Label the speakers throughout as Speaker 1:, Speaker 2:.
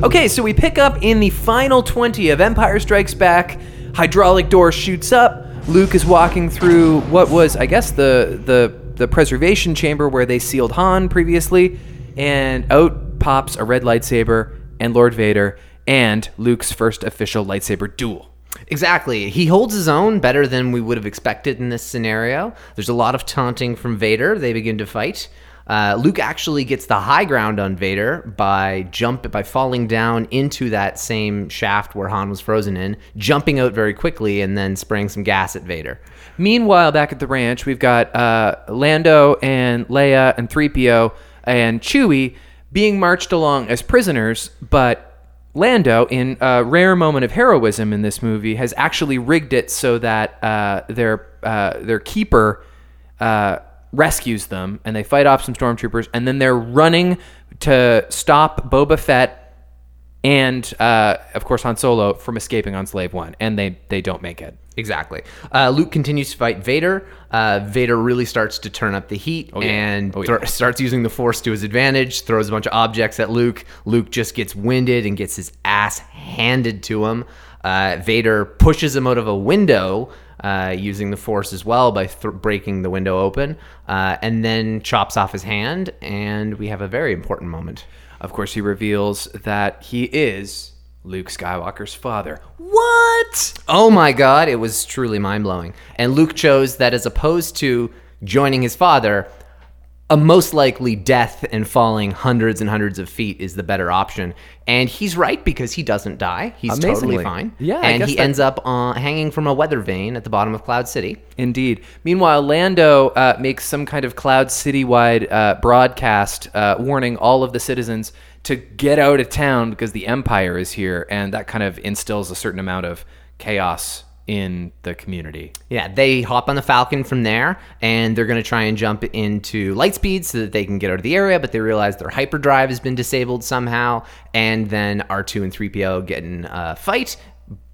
Speaker 1: Okay, so we pick up in the final 20 of Empire Strikes Back. Hydraulic door shoots up. Luke is walking through what was, I guess, the the the preservation chamber where they sealed Han previously, and out pops a red lightsaber and Lord Vader and Luke's first official lightsaber duel.
Speaker 2: Exactly. He holds his own better than we would have expected in this scenario. There's a lot of taunting from Vader. They begin to fight. Uh, Luke actually gets the high ground on Vader by jump by falling down into that same shaft where Han was frozen in, jumping out very quickly, and then spraying some gas at Vader.
Speaker 1: Meanwhile, back at the ranch, we've got uh, Lando and Leia and 3PO and Chewie being marched along as prisoners, but Lando, in a rare moment of heroism in this movie, has actually rigged it so that uh, their uh, their keeper uh, rescues them, and they fight off some stormtroopers, and then they're running to stop Boba Fett and, uh, of course, Han Solo from escaping on Slave One, and they they don't make it.
Speaker 2: Exactly. Uh, Luke continues to fight Vader. Uh, Vader really starts to turn up the heat
Speaker 1: yeah.
Speaker 2: and
Speaker 1: Oh, yeah.
Speaker 2: thro- starts using the Force to his advantage. Throws a bunch of objects at Luke. Luke just gets winded and gets his ass handed to him. Uh, Vader pushes him out of a window uh, using the Force as well by th- breaking the window open, uh, and then chops off his hand. And we have a very important moment.
Speaker 1: Of course, he reveals that he is Luke Skywalker's father. What?
Speaker 2: Oh my god, it was truly mind blowing. And Luke chose that as opposed to joining his father, a most likely death and falling hundreds and hundreds of feet is the better option. And he's right because he doesn't die. He's
Speaker 1: Amazingly.
Speaker 2: totally fine.
Speaker 1: Yeah, I
Speaker 2: and
Speaker 1: guess
Speaker 2: he
Speaker 1: that-
Speaker 2: ends up uh, hanging from a weather vane at the bottom of Cloud City.
Speaker 1: Indeed. Meanwhile, Lando uh, makes some kind of Cloud City-wide uh, broadcast uh, warning all of the citizens to get out of town because the Empire is here, and that kind of instills a certain amount of chaos in the community.
Speaker 2: Yeah, they hop on the Falcon from there, and they're going to try and jump into lightspeed so that they can get out of the area. But they realize their hyperdrive has been disabled somehow, and then R2 and 3PO get in a fight.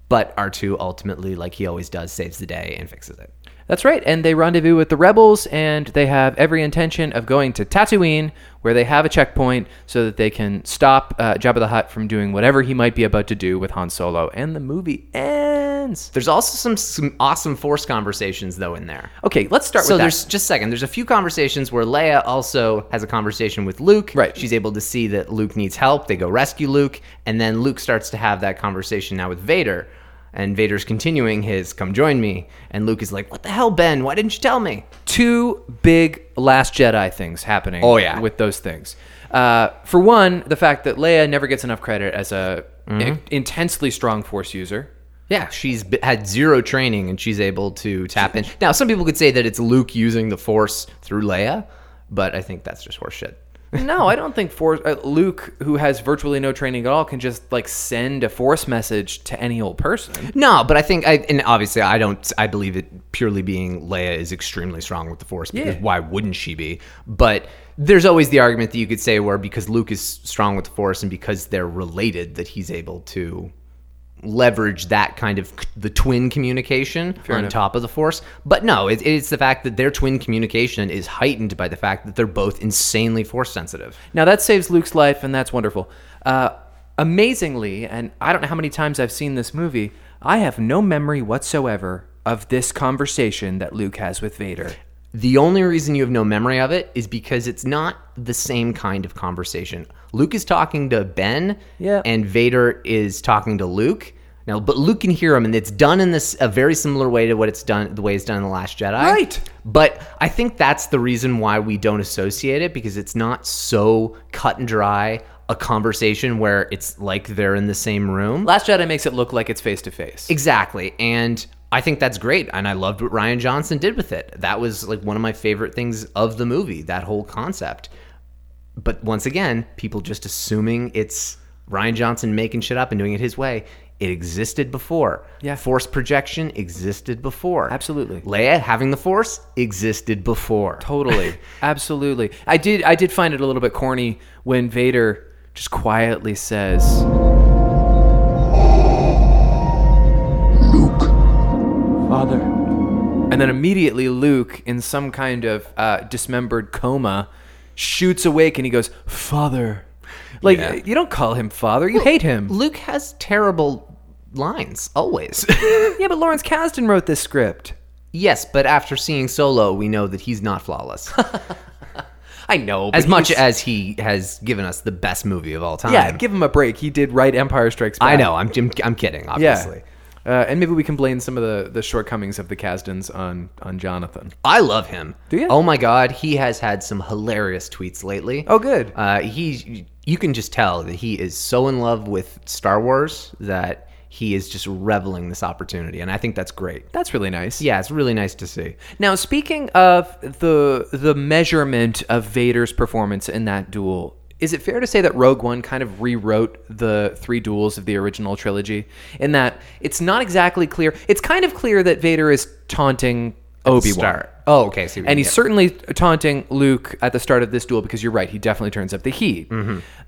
Speaker 2: But R2 ultimately, like he always does, saves the day and fixes it.
Speaker 1: That's right, and they rendezvous with the rebels, and they have every intention of going to Tatooine, where they have a checkpoint so that they can stop uh, Jabba the Hutt from doing whatever he might be about to do with Han Solo. And the movie ends.
Speaker 2: There's also some, some awesome Force conversations, though, in there.
Speaker 1: Okay, let's start
Speaker 2: So
Speaker 1: with that.
Speaker 2: there's just a second. There's a few conversations where Leia also has a conversation with Luke.
Speaker 1: Right.
Speaker 2: She's able to see that Luke needs help. They go rescue Luke, and then Luke starts to have that conversation now with Vader. And Vader's continuing his "Come join me," and Luke is like, "What the hell, Ben? Why didn't you tell me?"
Speaker 1: two big Last Jedi things happening.
Speaker 2: Oh, yeah.
Speaker 1: with those things. Uh, for one, the fact that Leia never gets enough credit as a
Speaker 2: Mm-hmm.
Speaker 1: in- intensely strong Force user.
Speaker 2: Yeah, she's b- had zero training, and she's able to tap in. Now, some people could say that it's Luke using the Force through Leia, but I think that's just horseshit.
Speaker 1: no, I don't think Force uh, Luke, who has virtually no training at all, can just like send a Force message to any old person.
Speaker 2: No, but I think I and obviously I don't I believe it purely being Leia is extremely strong with the force because
Speaker 1: Yeah.
Speaker 2: why wouldn't she be? But there's always the argument that you could say where because Luke is strong with the force and because they're related that he's able to leverage that kind of c- the twin communication on
Speaker 1: enough.
Speaker 2: top of the force. But no, it, it's the fact that their twin communication is heightened by the fact that they're both insanely force sensitive.
Speaker 1: Now that saves Luke's life, and that's wonderful. Uh, amazingly, and I don't know how many times I've seen this movie, I have no memory whatsoever of this conversation that Luke has with Vader.
Speaker 2: The only reason you have no memory of it is because it's not the same kind of conversation. Luke is talking to Ben,
Speaker 1: Yeah.
Speaker 2: and Vader is talking to Luke. Now, but Luke can hear him, and it's done in this a very similar way to what it's done, the way it's done in the Last Jedi.
Speaker 1: Right.
Speaker 2: But I think that's the reason why we don't associate it because it's not so cut and dry a conversation where it's like they're in the same room.
Speaker 1: Last Jedi makes it look like it's face to face.
Speaker 2: Exactly. And I think that's great. And I loved what Ryan Johnson did with it. That was like one of my favorite things of the movie, that whole concept. But once again, people just assuming it's Ryan Johnson making shit up and doing it his way. It existed before.
Speaker 1: Yeah.
Speaker 2: Force projection existed before.
Speaker 1: Absolutely.
Speaker 2: Leia having the force existed before.
Speaker 1: Totally, absolutely. I did. I did find it a little bit corny when Vader just quietly says,
Speaker 3: Father.
Speaker 1: and then immediately Luke, in some kind of uh, dismembered coma, shoots awake and he goes, "Father." Like
Speaker 2: Yeah.
Speaker 1: you don't call him father, you hate him.
Speaker 2: Luke has terrible lines always.
Speaker 1: Yeah, but Lawrence Kasdan wrote this script.
Speaker 2: yes, but after seeing Solo, we know that he's not flawless.
Speaker 1: I know.
Speaker 2: as much as he has given us the best movie of all time.
Speaker 1: yeah, give him a break. He did write Empire Strikes Back.
Speaker 2: I know. I'm, I'm I'm kidding, obviously.
Speaker 1: Yeah. Uh, and maybe we can blame some of the, the shortcomings of the Kasdans on on Jonathan.
Speaker 2: I love him.
Speaker 1: Do you?
Speaker 2: Oh my God, he has had some hilarious tweets lately.
Speaker 1: Oh, good.
Speaker 2: Uh, he, you can just tell that he is so in love with Star Wars that he is just reveling this opportunity, and I think that's great.
Speaker 1: That's really nice.
Speaker 2: Yeah, it's really nice to see.
Speaker 1: Now, speaking of the the measurement of Vader's performance in that duel, is it fair to say that Rogue One kind of rewrote the three duels of the original trilogy? In that it's not exactly clear. It's kind of clear that Vader is taunting Obi Wan.
Speaker 2: Star. Oh, okay. I See what
Speaker 1: And
Speaker 2: you
Speaker 1: he's
Speaker 2: did.
Speaker 1: certainly taunting Luke at the start of this duel because you're right, he definitely turns up the heat.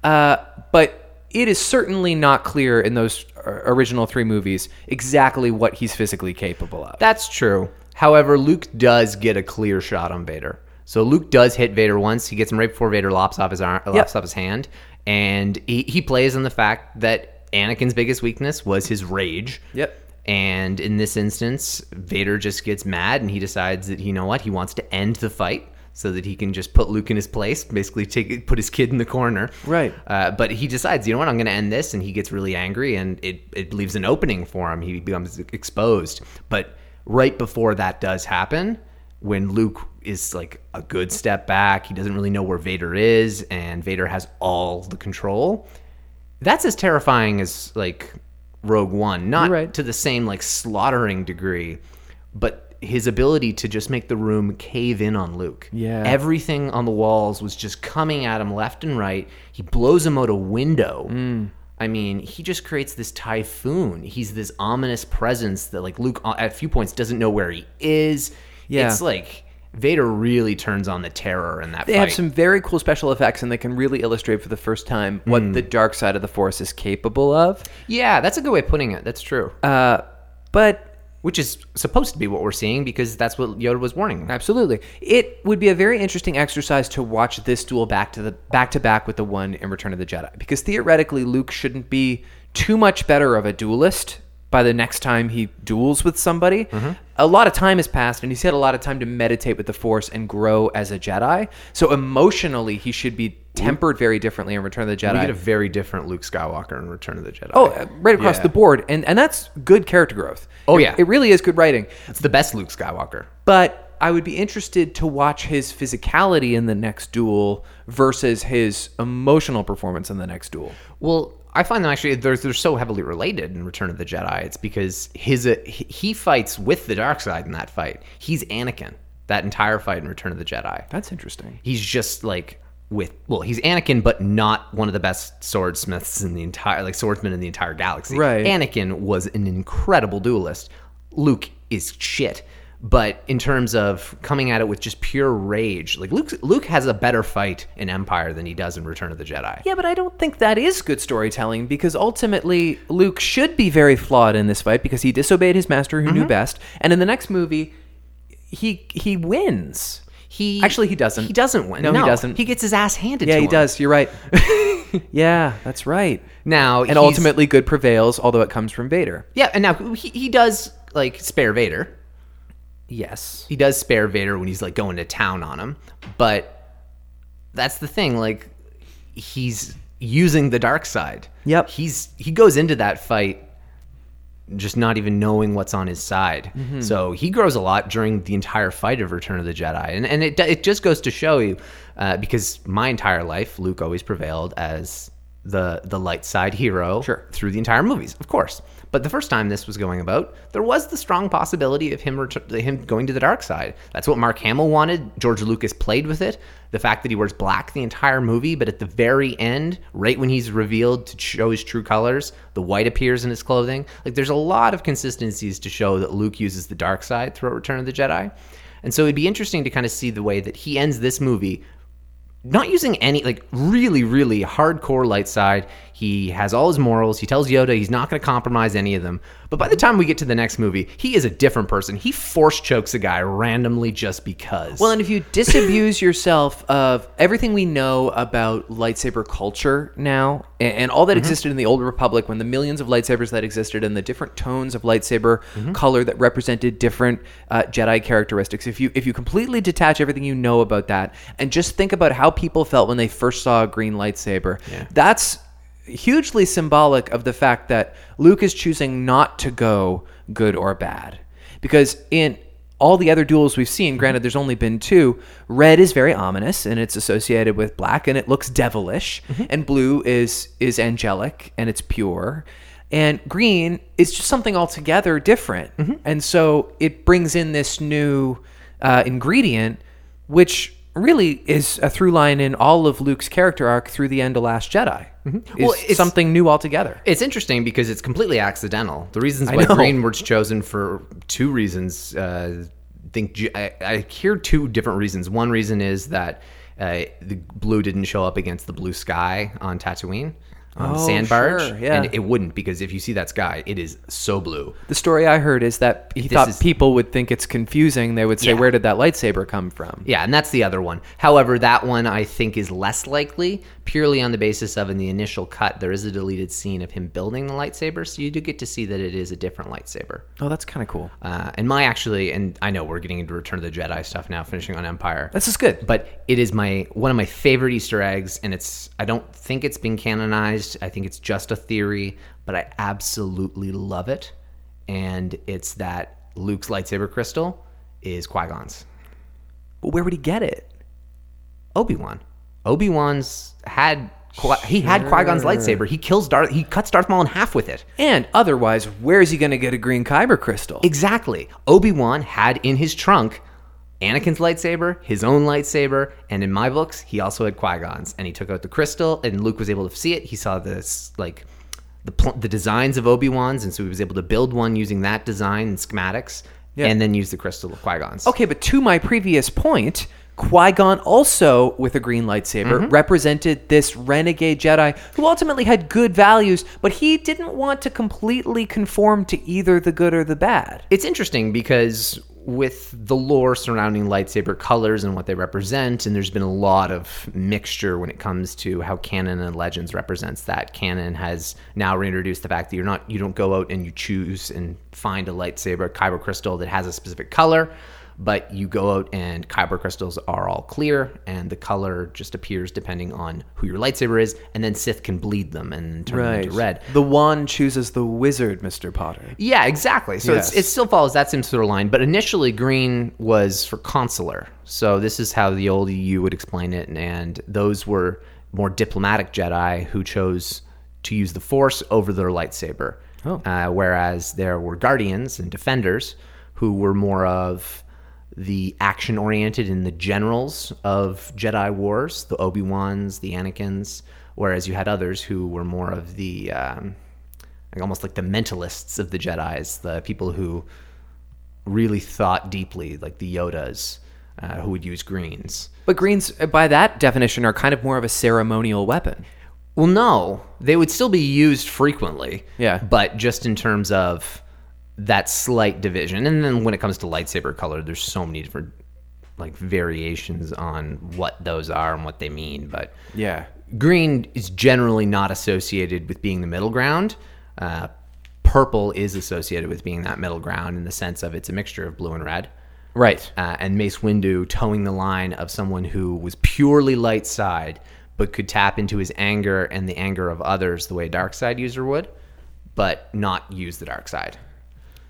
Speaker 1: Uh, but it is certainly not clear in those uh, original three movies exactly what he's physically capable of.
Speaker 2: That's true. However, Luke does get a clear shot on Vader. So Luke does hit Vader once. He gets him right before Vader lops off his arm, lops off his hand, and he, he plays on the fact that Anakin's biggest weakness was his rage.
Speaker 1: Yep.
Speaker 2: And in this instance, Vader just gets mad and he decides that you know what he wants to end the fight so that he can just put Luke in his place, basically take put his kid in the corner.
Speaker 1: Right.
Speaker 2: Uh, but he decides, you know what, I'm going to end this, and he gets really angry, and it, it leaves an opening for him. He becomes exposed. But right before that does happen, when Luke is like a good step back, he doesn't really know where Vader is, and Vader has all the control. That's as terrifying as like Rogue One, not
Speaker 1: You're right.
Speaker 2: to the same like slaughtering degree, but his ability to just make the room cave in on Luke.
Speaker 1: Yeah.
Speaker 2: Every everything on the walls was just coming at him left and right. He blows him out a window.
Speaker 1: Hmm.
Speaker 2: I mean, he just creates this typhoon. He's this ominous presence that, like, Luke uh, at a few points doesn't know where he is.
Speaker 1: Yeah.
Speaker 2: It's like Vader really turns on the terror in that
Speaker 1: They
Speaker 2: fight.
Speaker 1: have some very cool special effects, and they can really illustrate for the first time what the dark side of the Force is capable of.
Speaker 2: yeah, that's a good way of putting it. That's true.
Speaker 1: Uh, but
Speaker 2: Which is supposed to be what we're seeing because that's what Yoda was warning.
Speaker 1: absolutely, it would be a very interesting exercise to watch this duel back to the back to back with the one in Return of the Jedi, because theoretically, Luke shouldn't be too much better of a duelist by the next time he duels with somebody. A lot of time has passed, and he's had a lot of time to meditate with the Force and grow as a Jedi. So emotionally, he should be tempered very differently in Return of the Jedi.
Speaker 2: We get a very different Luke Skywalker in Return of the Jedi.
Speaker 1: Oh, uh, right across
Speaker 2: Yeah.
Speaker 1: the board, and and that's good character growth.
Speaker 2: Oh,
Speaker 1: It-
Speaker 2: yeah.
Speaker 1: it really is good writing.
Speaker 2: it's the best Luke Skywalker.
Speaker 1: But I would be interested to watch his physicality in the next duel versus his emotional performance in the next duel.
Speaker 2: Well, I find them actually they're, they're so heavily related in Return of the Jedi. It's because his uh, he- he fights with the dark side in that fight. He's Anakin that entire fight in Return of the Jedi.
Speaker 1: That's interesting.
Speaker 2: He's just like with well, he's Anakin, but not one of the best swordsmiths in the entire like swordsmen in the entire galaxy.
Speaker 1: Right.
Speaker 2: Anakin was an incredible duelist. Luke is shit. But in terms of coming at it with just pure rage, like Luke, Luke has a better fight in Empire than he does in Return of the Jedi.
Speaker 1: Yeah, but I don't think that is good storytelling because ultimately Luke should be very flawed in this fight because he disobeyed his master who knew best, and in the next movie, he he wins.
Speaker 2: He
Speaker 1: Actually, he doesn't.
Speaker 2: He doesn't win.
Speaker 1: No, he doesn't.
Speaker 2: He gets his ass handed.
Speaker 1: Yeah,
Speaker 2: to
Speaker 1: he
Speaker 2: him.
Speaker 1: does. You're right. yeah, that's right.
Speaker 2: Now
Speaker 1: And ultimately, good prevails, although it comes from Vader.
Speaker 2: yeah, and now he, he does like spare Vader.
Speaker 1: Yes.
Speaker 2: He does spare Vader when he's like going to town on him. But that's the thing. Like he's using the dark side.
Speaker 1: Yep.
Speaker 2: He's he goes into that fight just not even knowing what's on his side.
Speaker 1: Mm-hmm.
Speaker 2: So he grows a lot during the entire fight of Return of the Jedi, and and it it just goes to show you, uh, because my entire life Luke always prevailed as the the light side hero
Speaker 1: Sure.
Speaker 2: through the entire movies, of course. But the first time this was going about, there was the strong possibility of him retu- him going to the dark side. That's what Mark Hamill wanted. George Lucas played with it. The fact that he wears black the entire movie, but at the very end, right when he's revealed to show his true colors, the white appears in his clothing. Like there's a lot of consistencies to show that Luke uses the dark side throughout Return of the Jedi. And so it'd be interesting to kind of see the way that he ends this movie not using any like really really hardcore light side He has all his morals. He tells Yoda he's not going to compromise any of them. But by the time we get to the next movie, he is a different person. He force chokes a guy randomly just because.
Speaker 1: Well, and if you disabuse yourself of everything we know about lightsaber culture now a- and, all that existed in the old republic when the millions of lightsabers that existed and the different tones of lightsaber color that represented different uh, Jedi characteristics, if you if you completely detach everything you know about that and just think about how people felt when they first saw a green lightsaber, that's hugely symbolic of the fact that Luke is choosing not to go good or bad. Because in all the other duels we've
Speaker 2: Mm-hmm.
Speaker 1: seen, granted there's only been two, red is very ominous and it's associated with black and it looks devilish,
Speaker 2: Mm-hmm.
Speaker 1: and blue is is angelic and it's pure. And green is just something altogether different.
Speaker 2: Mm-hmm.
Speaker 1: And so it brings in this new uh, ingredient, which really is a through line in all of Luke's character arc through the end of Last Jedi. Is
Speaker 2: Mm-hmm. Well, it's-
Speaker 1: something new altogether.
Speaker 2: It's interesting because it's completely accidental. The reasons why green was chosen for two reasons. Uh, think ju- I, I hear two different reasons. One reason is that uh, the blue didn't show up against the blue sky on Tatooine on
Speaker 1: Oh,
Speaker 2: Sandbarge,
Speaker 1: sure, yeah.
Speaker 2: and it wouldn't because if you see that sky, it is so blue.
Speaker 1: The story I heard is that he
Speaker 2: This
Speaker 1: thought
Speaker 2: is-
Speaker 1: people would think it's confusing. They would say,
Speaker 2: Yeah.
Speaker 1: "Where did that lightsaber come from?"
Speaker 2: Yeah, and that's the other one. However, that one I think is less likely, purely on the basis of in the initial cut there is a deleted scene of him building the lightsaber, so you do get to see that it is a different lightsaber.
Speaker 1: Oh, that's kind of cool.
Speaker 2: Uh, and my actually, and I know we're getting into Return of the Jedi stuff now, finishing on Empire.
Speaker 1: This is good.
Speaker 2: but it is my one of my favorite Easter eggs, and it's I don't think it's been canonized. I think it's just a theory, but I absolutely love it. And it's that Luke's lightsaber crystal is Qui Gon's.
Speaker 1: But where would he get it?
Speaker 2: Obi Wan. Obi Wan's had Qui- he had Qui Gon's lightsaber. He kills Darth. He cuts Darth Maul in half with it.
Speaker 1: And otherwise, where is he going to get a green kyber crystal?
Speaker 2: Exactly. Obi Wan had in his trunk Anakin's lightsaber, his own lightsaber, and in my books, he also had Qui Gon's. And he took out the crystal, and Luke was able to see it. He saw this like the pl- the designs of Obi Wan's, and so he was able to build one using that design and schematics, and then use the crystal of Qui Gon's.
Speaker 1: Okay, but to my previous point, Qui Gon also, with a green lightsaber,
Speaker 2: Mm-hmm.
Speaker 1: represented this renegade Jedi who ultimately had good values, but he didn't want to completely conform to either the good or the bad.
Speaker 2: it's interesting because with the lore surrounding lightsaber colors and what they represent and there's been a lot of mixture when it comes to how canon and legends represents that canon has now reintroduced the fact that you're not you don't go out and you choose and find a lightsaber a kyber crystal that has a specific color but you go out and kyber crystals are all clear and the color just appears depending on who your lightsaber is and then sith can bleed them and turn them into red
Speaker 1: The wand chooses the wizard, Mr. Potter.
Speaker 2: yeah, exactly. So
Speaker 1: Yes.
Speaker 2: it's, it still follows that same sort of line. But initially, green was for consular. So this is how the old EU would explain it. And, and those were more diplomatic Jedi who chose to use the Force over their lightsaber.
Speaker 1: Oh.
Speaker 2: Uh, whereas there were guardians and defenders who were more of the action oriented and the generals of Jedi Wars, the Obi Wans, the Anakins. Whereas you had others who were more of the. Um, like almost like the mentalists of the Jedi's, the people who really thought deeply, like the Yodas, uh, who would use greens.
Speaker 1: But greens, uh, by that definition, are kind of more of a ceremonial weapon.
Speaker 2: Well, no, they would still be used frequently.
Speaker 1: Yeah.
Speaker 2: but just in terms of that slight division, and then when it comes to lightsaber color, there's so many different like variations on what those are and what they mean, but
Speaker 1: Yeah.
Speaker 2: green is generally not associated with being the middle ground. Uh, purple is associated with being that middle ground in the sense of it's a mixture of blue and red.
Speaker 1: Right.
Speaker 2: Uh, and Mace Windu towing the line of someone who was purely light side, but could tap into his anger and the anger of others the way a dark side user would, but not use the dark side.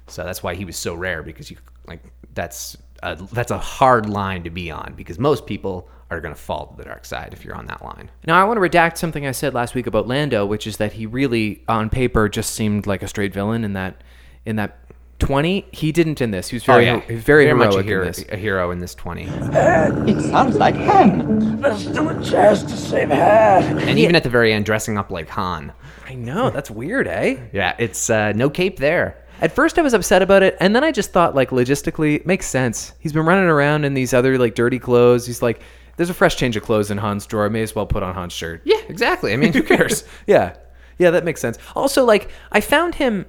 Speaker 2: So that's why he was so rare because you like that's a, that's a hard line to be on because most people are going to fall to the dark side if you're on that line.
Speaker 1: Now, I want to redact something I said last week about Lando, which is that he really, on paper, just seemed like a straight villain in that, in that 20. He didn't in this. He was very, he was Oh, very, heroic
Speaker 2: Oh, much a hero,
Speaker 1: in this.
Speaker 2: a hero in this 20.
Speaker 3: It sounds like Han. Let's do a chance to save Han.
Speaker 2: And even at the very end, dressing up like Han.
Speaker 1: I know. That's weird, eh?
Speaker 2: Yeah, it's uh, no cape there.
Speaker 1: At first, I was upset about it, and then I just thought, like, logistically, it makes sense. He's been running around in these other, like, dirty clothes. He's like, there's a fresh change of clothes in Han's drawer. I may as well put on Han's shirt.
Speaker 2: Yeah, exactly. I mean, who cares?
Speaker 1: Yeah. Yeah, that makes sense. Also, like I found him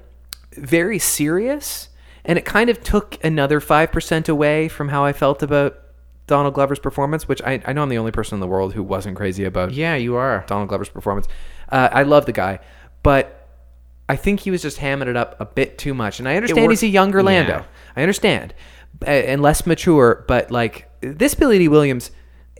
Speaker 1: very serious, and it kind of took another five percent away from how I felt about Donald Glover's performance, which I, I know I'm the only person in the world who wasn't crazy about.
Speaker 2: Yeah, you are.
Speaker 1: Donald Glover's performance. Uh, I love the guy, but I think he was just hamming it up a bit too much. And I understand
Speaker 2: worked-
Speaker 1: he's a younger Lando.
Speaker 2: Yeah.
Speaker 1: I understand, a- and less mature. But like this Billy D. Williams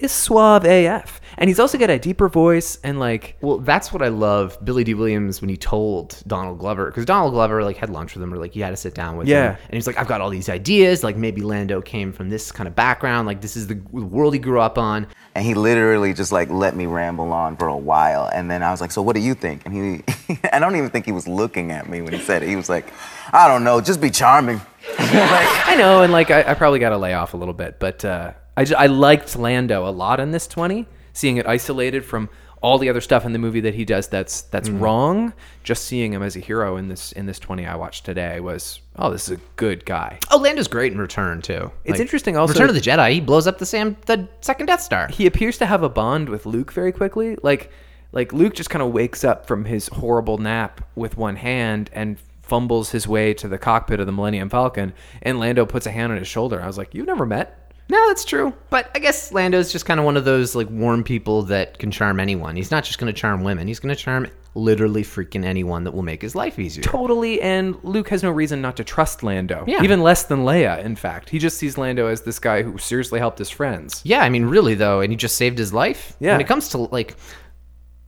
Speaker 1: is suave AF, and he's also got a deeper voice and like
Speaker 2: Well, that's what I love Billy D. Williams when he told Donald Glover because Donald Glover like had lunch with him or like he had to sit down with
Speaker 1: Yeah.
Speaker 2: him, and he's like, "I've got all these ideas. Like maybe Lando came from this kind of background. Like this is the world he grew up on."
Speaker 4: And he literally just like let me ramble on for a while. And then I was like, so what do you think? And he, I don't even think he was looking at me when he said it. He was like, I don't know, just be charming. like,
Speaker 1: I know, and like I, I probably got to lay off a little bit, but uh, I ju- I liked Lando a lot in this twenty, seeing it isolated from all the other stuff in the movie that he does that's that's wrong. Just seeing him as a hero in this in this twenty I watched today was oh, this is a good guy.
Speaker 2: Oh, Lando's great in Return too.
Speaker 1: It's interesting also-
Speaker 2: Return of the Jedi. He blows up the Sam the second Death Star.
Speaker 1: He appears to have a bond with Luke very quickly, like like Luke just kind of wakes up from his horrible nap with one hand and fumbles his way to the cockpit of the Millennium Falcon, and Lando puts a hand on his shoulder. I was like, you've never met
Speaker 2: No, that's true. But I guess Lando's just kind of one of those like warm people that can charm anyone. He's not just going to charm women. He's going to charm literally freaking anyone that will make his life easier.
Speaker 1: totally and luke has no reason not to trust lando
Speaker 2: Yeah.
Speaker 1: even less than leia in fact he just sees lando as this guy who seriously helped his friends
Speaker 2: Yeah, I mean, really though, and he just saved his life.
Speaker 1: Yeah.
Speaker 2: When it comes to like,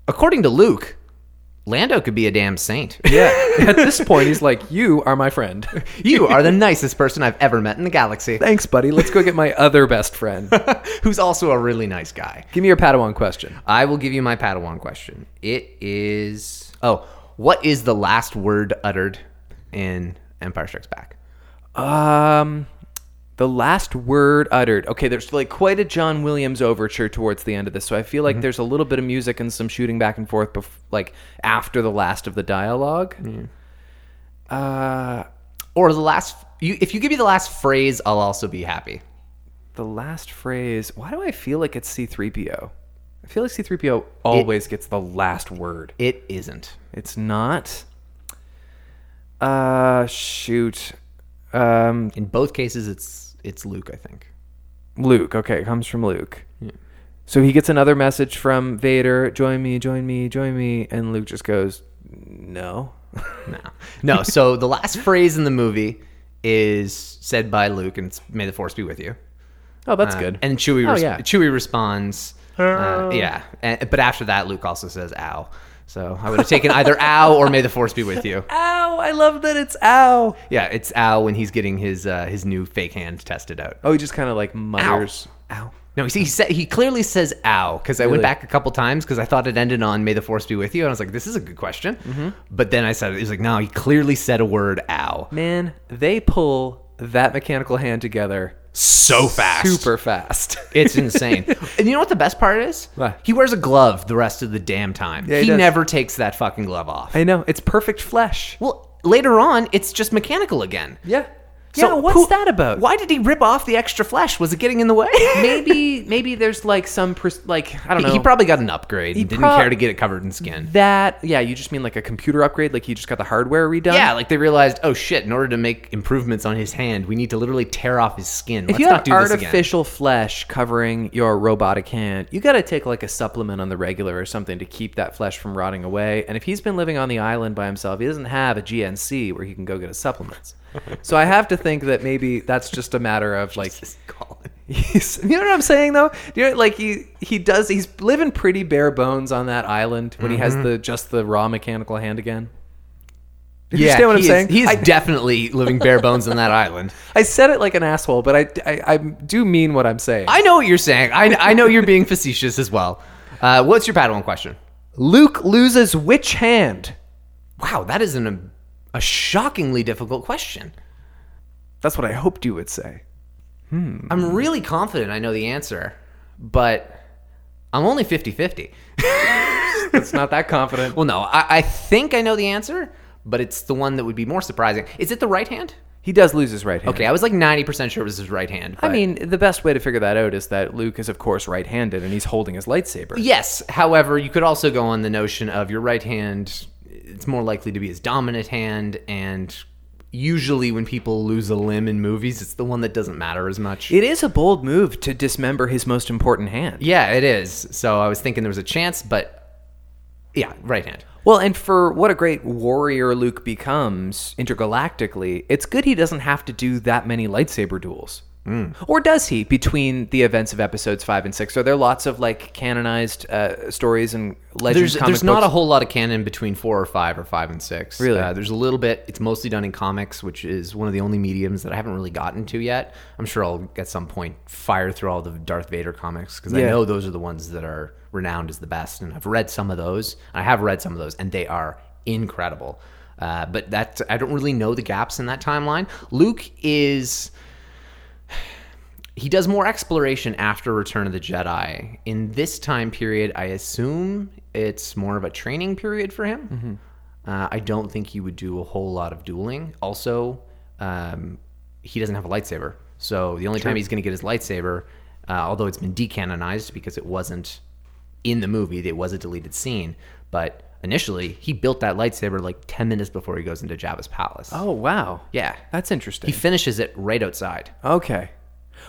Speaker 2: according to Luke, Lando could be a damn saint.
Speaker 1: yeah at this point he's like you are my friend
Speaker 2: you are the nicest person I've ever met in the galaxy,
Speaker 1: thanks buddy let's go get my other best friend
Speaker 2: who's also a really nice guy.
Speaker 1: give me your padawan question
Speaker 2: I will give you my Padawan question. It is oh, what is the last word uttered in Empire Strikes Back?
Speaker 1: um the last word uttered okay there's like quite a john williams overture towards the end of this so i feel like there's a little bit of music and some shooting back and forth bef- like after the last of the dialogue uh
Speaker 2: Or the last? You, if you give me the last phrase, I'll also be happy.
Speaker 1: the last phrase why do i feel like it's c3po i feel like c3po always gets the last word
Speaker 2: It isn't.
Speaker 1: it's not uh shoot um
Speaker 2: In both cases, it's it's Luke. I think.
Speaker 1: luke okay it comes from luke so he gets another message from vader join me join me join me and luke just goes no
Speaker 2: No, so the last phrase in the movie is said by Luke, and it's "May the Force be with you."
Speaker 1: oh that's
Speaker 2: Uh,
Speaker 1: good
Speaker 2: And Chewie,
Speaker 1: Oh,
Speaker 2: res-
Speaker 1: yeah.
Speaker 2: Chewie responds, uh, "Yeah." And, but after that, Luke also says "Ow." So I would have taken either "Ow" or "May the Force be with you."
Speaker 1: ow i love that it's ow
Speaker 2: Yeah, it's "Ow" when he's getting his uh, his new fake hand tested out.
Speaker 1: oh he just kind of like mutters
Speaker 2: Ow. No, he, he said he clearly says "ow" because I went
Speaker 1: Really?
Speaker 2: back a couple times because I thought it ended on "May the Force be with you," and I was like, "This is a good question."
Speaker 1: Mm-hmm.
Speaker 2: But then I said, "He's like, no, he clearly said a word "ow."
Speaker 1: man they pull that mechanical hand together
Speaker 2: so fast,
Speaker 1: super fast
Speaker 2: It's insane. and you know what the best part is?
Speaker 1: What?
Speaker 2: He wears a glove the rest of the damn time.
Speaker 1: he
Speaker 2: he
Speaker 1: does.
Speaker 2: never takes that fucking glove off.
Speaker 1: I know. It's perfect flesh.
Speaker 2: well, later on, it's just mechanical again.
Speaker 1: Yeah.
Speaker 2: So
Speaker 1: yeah, what's
Speaker 2: who-
Speaker 1: that about?
Speaker 2: Why did he rip off the extra flesh? Was it getting in the way?
Speaker 1: Maybe maybe there's like some pers- like I don't know.
Speaker 2: He probably got an upgrade. He didn't
Speaker 1: prob-
Speaker 2: care to get it covered in skin.
Speaker 1: that yeah, you just mean like a computer upgrade like he just got the hardware redone.
Speaker 2: Yeah, like they realized, oh shit, in order to make improvements on his hand, we need to literally tear off his skin.
Speaker 1: If
Speaker 2: Let's
Speaker 1: you
Speaker 2: not
Speaker 1: have
Speaker 2: do this again.
Speaker 1: artificial flesh covering your robotic hand, you got to take like a supplement on the regular or something to keep that flesh from rotting away. And if he's been living on the island by himself, he doesn't have a GNC where he can go get his supplements. so I have to think that maybe that's just a matter of like
Speaker 2: Colin.
Speaker 1: He's, you know what I'm saying though? You know, like he he does he's living pretty bare bones on that island when he has the just the raw mechanical hand again. Do you understand what I'm
Speaker 2: he is-
Speaker 1: saying?
Speaker 2: He is
Speaker 1: I,
Speaker 2: definitely living bare bones on that island.
Speaker 1: I said it like an asshole, but I, I I do mean what I'm saying.
Speaker 2: I know what you're saying. I, I know you're being facetious as well. Uh, what's your Padawan question?
Speaker 1: Luke loses which hand?
Speaker 2: Wow, that is an, a shockingly difficult question.
Speaker 1: That's what I hoped you would say. Hmm.
Speaker 2: I'm really confident I know the answer, but I'm only 50 50.
Speaker 1: It's not that confident.
Speaker 2: Well, no, I, I think I know the answer, but it's the one that would be more surprising. Is it the right hand?
Speaker 1: He does lose his right hand.
Speaker 2: Okay, I was like 90% sure it was his right hand.
Speaker 1: I
Speaker 2: but-
Speaker 1: mean, the best way to figure that out is that Luke is of course right-handed and he's holding his lightsaber.
Speaker 2: yes. However, you could also go on the notion of your right hand it's more likely to be his dominant hand and usually when people lose a limb in movies it's the one that doesn't matter as much
Speaker 1: It is a bold move to dismember his most important hand.
Speaker 2: yeah it is so i was thinking there was a chance but yeah right hand
Speaker 1: Well, and for what a great warrior Luke becomes intergalactically, it's good he doesn't have to do that many lightsaber duels. Or does he between the events of episodes five and six? Are there lots of like canonized uh, stories and legends?
Speaker 2: there's
Speaker 1: comic
Speaker 2: there's not
Speaker 1: books?
Speaker 2: a whole lot of canon between four or five or five and six.
Speaker 1: Really?
Speaker 2: uh, there's a little bit. It's mostly done in comics, which is one of the only mediums that I haven't really gotten to yet. I'm sure I'll at some point fire through all the Darth Vader comics because I
Speaker 1: Yeah.
Speaker 2: know those are the ones that are renowned as the best, and I've read some of those. I have read some of those, and they are incredible. Uh, but that I don't really know the gaps in that timeline. Luke is he does more exploration after Return of the Jedi. In this time period, I assume it's more of a training period for him.
Speaker 1: Mm-hmm.
Speaker 2: Uh, I don't think he would do a whole lot of dueling. Also, um, he doesn't have a lightsaber, so the only time he's going to get his lightsaber, uh, although it's been decanonized because it wasn't in the movie, it was a deleted scene. But initially, he built that lightsaber like ten minutes before he goes into Jabba's palace.
Speaker 1: Oh wow,
Speaker 2: yeah,
Speaker 1: that's interesting.
Speaker 2: he finishes it right outside.
Speaker 1: Okay.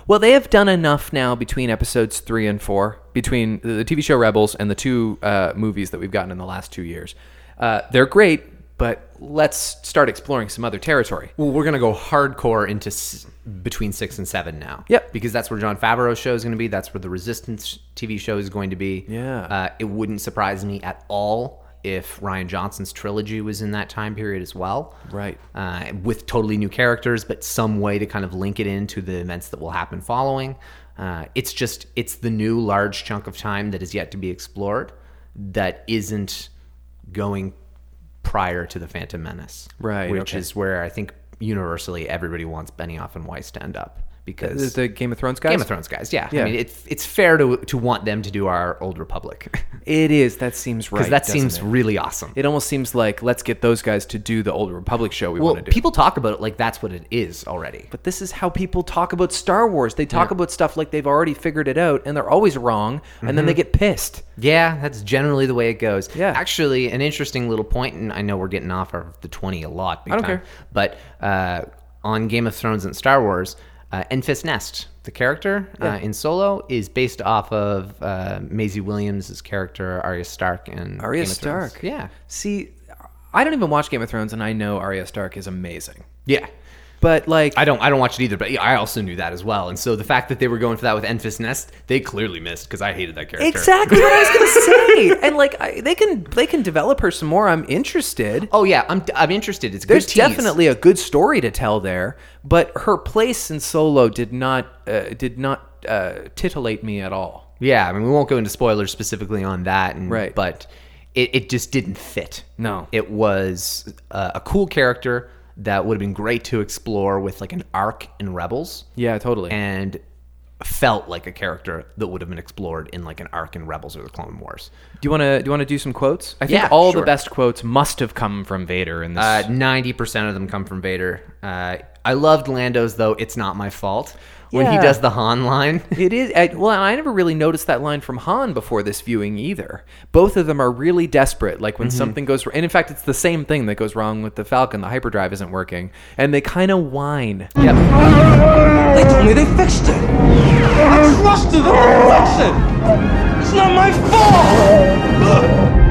Speaker 1: Well, they have done enough now between episodes three and four, between the the TV show Rebels and the two uh, movies that we've gotten in the last two years. Uh, they're great, but let's start exploring some other territory.
Speaker 2: Well, we're gonna go hardcore into s- between six and seven now.
Speaker 1: Yep.
Speaker 2: because that's where John Favreau's show is gonna be. That's where the Resistance TV show is going to be.
Speaker 1: Yeah.
Speaker 2: uh, it wouldn't surprise me at all if Ryan Johnson's trilogy was in that time period as well.
Speaker 1: Right.
Speaker 2: uh, with totally new characters, but some way to kind of link it into the events that will happen following. Uh, it's just it's the new large chunk of time that is yet to be explored that isn't going prior to the Phantom Menace,
Speaker 1: Right,
Speaker 2: Which
Speaker 1: okay.
Speaker 2: is where I think universally everybody wants Benioff and Weiss to end up
Speaker 1: The,
Speaker 2: because
Speaker 1: the Game of Thrones guys?
Speaker 2: Game of Thrones guys, yeah.
Speaker 1: Yeah.
Speaker 2: I mean, it's it's fair to to want them to do our Old Republic
Speaker 1: It is. That seems right.
Speaker 2: because that
Speaker 1: doesn't
Speaker 2: seems
Speaker 1: It?
Speaker 2: really awesome.
Speaker 1: It almost seems like let's get those guys to do the Old Republic show we
Speaker 2: well,
Speaker 1: want to do.
Speaker 2: people talk about it like that's what it is already.
Speaker 1: but this is how people talk about Star Wars. They talk about stuff like they've already figured it out, and they're always wrong, and
Speaker 2: Mm-hmm.
Speaker 1: then they get pissed.
Speaker 2: Yeah, that's generally the way it goes.
Speaker 1: Yeah.
Speaker 2: Actually, an interesting little point, and I know we're getting off of the 20 a lot. Big
Speaker 1: I don't
Speaker 2: time,
Speaker 1: care.
Speaker 2: But uh, on Game of Thrones and Star Wars, uh, Enfys Nest, the character uh, in Solo, is based off of uh, Maisie Williams' character, Arya Stark. and
Speaker 1: Arya Stark.
Speaker 2: Yeah.
Speaker 1: See, I don't even watch Game of Thrones, and I know Arya Stark is amazing.
Speaker 2: Yeah.
Speaker 1: But like,
Speaker 2: I don't. I don't watch it either, but yeah, I also knew that as well. And so the fact that they were going for that with Enfys Nest, they clearly missed because I hated that character.
Speaker 1: exactly what I was gonna say. And like, I, they can they can develop her some more. I'm interested.
Speaker 2: Oh yeah, I'm. I'm interested. It's a good
Speaker 1: There's
Speaker 2: tease.
Speaker 1: definitely a good story to tell there, but her place in Solo did not uh, did not uh, titillate me at all.
Speaker 2: Yeah, I mean, we won't go into spoilers specifically on that, and,
Speaker 1: Right.
Speaker 2: But it, it just didn't fit.
Speaker 1: No.
Speaker 2: it was uh, a cool character that would have been great to explore with like an arc in Rebels,
Speaker 1: Yeah, totally.
Speaker 2: and felt like a character that would have been explored in like an arc in Rebels or the Clone Wars.
Speaker 1: do you want to do you want to do some quotes? I think
Speaker 2: Yeah,
Speaker 1: all
Speaker 2: sure.
Speaker 1: the best quotes must have come from Vader in this.
Speaker 2: Uh, Ninety percent of them come from Vader. Uh, I loved Lando's though. It's not my fault when he
Speaker 1: Yeah.
Speaker 2: does the Han line.
Speaker 1: It is I, well. I never really noticed that line from Han before this viewing either. Both of them are really desperate. Like when something goes, and in fact, it's the same thing that goes wrong with the Falcon. The hyperdrive isn't working, and they kind of whine.
Speaker 2: yep.
Speaker 3: They told me they fixed it. I trusted them to fix it. It's not my fault.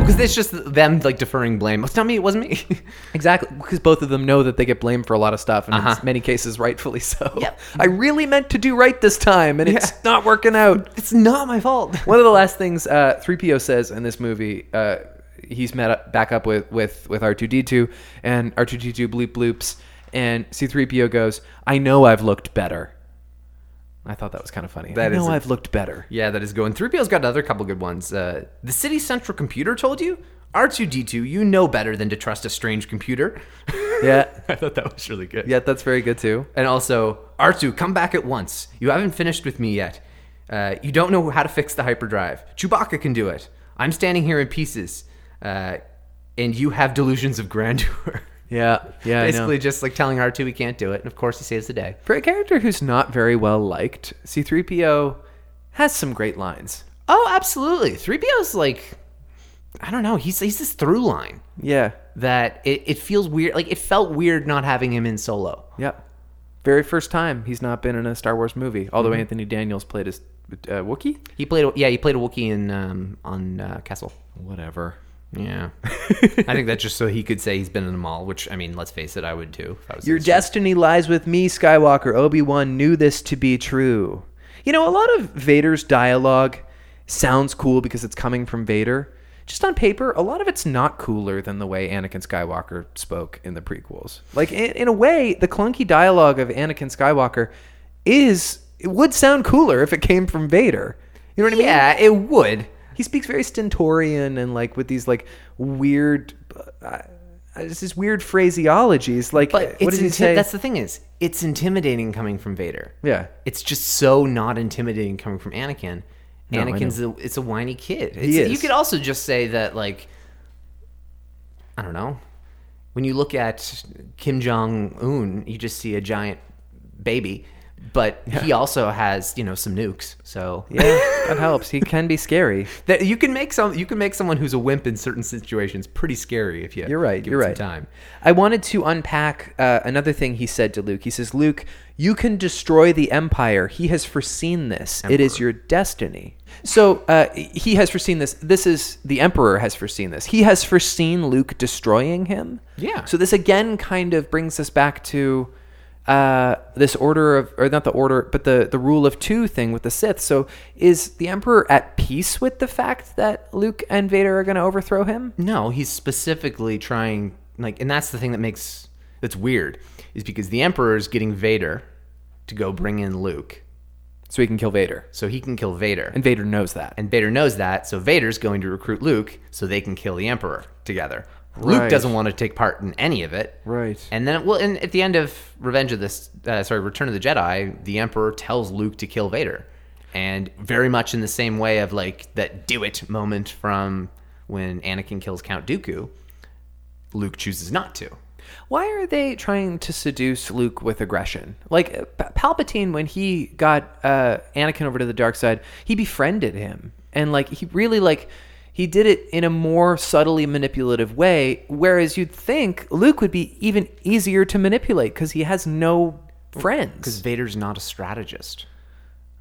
Speaker 2: Because it's just them like deferring blame. It's not me. It wasn't me.
Speaker 1: Exactly, because both of them know that they get blamed for a lot of stuff, and
Speaker 2: Uh-huh.
Speaker 1: in many cases, rightfully so.
Speaker 2: Yep.
Speaker 1: I really meant to do right this time, and
Speaker 2: Yeah.
Speaker 1: it's not working out.
Speaker 2: it's not my fault.
Speaker 1: One of the last things uh, 3PO says in this movie, uh, he's met up, back up with, with, with R2D2, and R2D2 bleep bloops, and C3PO goes, I know I've looked better. I thought that was kind of funny.
Speaker 2: That
Speaker 1: I know
Speaker 2: is a-
Speaker 1: I've looked better.
Speaker 2: Yeah, that is going. 3PO's got another couple good ones. Uh, the city central computer told you? R2D2, you know better than to trust a strange computer.
Speaker 1: Yeah.
Speaker 2: I thought that was really good.
Speaker 1: Yeah, that's very good too.
Speaker 2: And also, R2, come back at once. You haven't finished with me yet. Uh, you don't know how to fix the hyperdrive. Chewbacca can do it. I'm standing here in pieces. Uh, and you have delusions of grandeur.
Speaker 1: Yeah. Yeah. I know.
Speaker 2: Basically, just like telling R2 he can't do it. And of course, he saves the day.
Speaker 1: For a character who's not very well liked, C3PO has some great lines.
Speaker 2: Oh, absolutely. 3PO's like I don't know. He's he's this through line
Speaker 1: Yeah.
Speaker 2: that it, it feels weird. Like it felt weird not having him in solo.
Speaker 1: Yep. Very first time he's not been in a Star Wars movie, although Anthony Daniels played as uh, Wookiee.
Speaker 2: He played a- yeah he played a Wookiee in um, on uh, Castle.
Speaker 1: Whatever.
Speaker 2: Yeah, I think that's just so he could say he's been in a mall. Which I mean, let's face it, I would too. If I was in
Speaker 1: Your
Speaker 2: this-
Speaker 1: destiny lies with me, Skywalker. Obi Wan knew this to be true. You know, a lot of Vader's dialogue sounds cool because it's coming from Vader. Just on paper, a lot of it's not cooler than the way Anakin Skywalker spoke in the prequels. Like, in, in a way, the clunky dialogue of Anakin Skywalker is, it would sound cooler if it came from Vader. You know what I mean?
Speaker 2: yeah, it would.
Speaker 1: he speaks very stentorian and like with these like weird uh, it's this weird phraseologies like what
Speaker 2: But it's
Speaker 1: does he
Speaker 2: inti-
Speaker 1: say
Speaker 2: that's the thing is it's intimidating coming from Vader.
Speaker 1: yeah
Speaker 2: It's just so not intimidating coming from Anakin.
Speaker 1: I
Speaker 2: Anakin's a, it's a whiny kid. It's, You
Speaker 1: is.
Speaker 2: could also just say that like I don't know. When you look at Kim Jong Un, you just see a giant baby, but he also has you know some nukes. So
Speaker 1: yeah that helps he can be scary
Speaker 2: that you can make some you can make someone who's a wimp in certain situations pretty scary if you
Speaker 1: You're right.
Speaker 2: give
Speaker 1: you're
Speaker 2: it
Speaker 1: right.
Speaker 2: some time.
Speaker 1: I wanted to unpack uh, another thing he said to Luke. He says, "Luke, you can destroy the Empire. He has foreseen this. It is your destiny." So uh, he has foreseen this. This is the Emperor has foreseen this. He has foreseen Luke destroying him.
Speaker 2: Yeah.
Speaker 1: So this again kind of brings us back to uh, this order of, or not the order, but the the rule of two thing with the Sith. So is the Emperor at peace with the fact that Luke and Vader are going to overthrow him?
Speaker 2: No, he's specifically trying like, and that's the thing that makes that's weird is because the Emperor is getting Vader to go bring in Luke
Speaker 1: So he can kill Vader.
Speaker 2: so he can kill Vader,
Speaker 1: And
Speaker 2: and,
Speaker 1: Vader knows that.
Speaker 2: Vader knows that, so Vader's going to recruit Luke so they can kill the Emperor together.
Speaker 1: Right.
Speaker 2: Luke doesn't want to take part in any of it,
Speaker 1: Right.
Speaker 2: And then, well, and at the end of Revenge of this, uh, sorry, Return of the Jedi, the Emperor tells Luke to kill Vader, and very much in the same way of like that "do it" moment from when Anakin kills Count Dooku. Luke chooses not to.
Speaker 1: Why are they trying to seduce Luke with aggression? Like Pa- Palpatine, when he got uh, Anakin over to the dark side, he befriended him, and like he really like he did it in a more subtly manipulative way. Whereas you'd think Luke would be even easier to manipulate because he has no friends.
Speaker 2: Vader's not a strategist.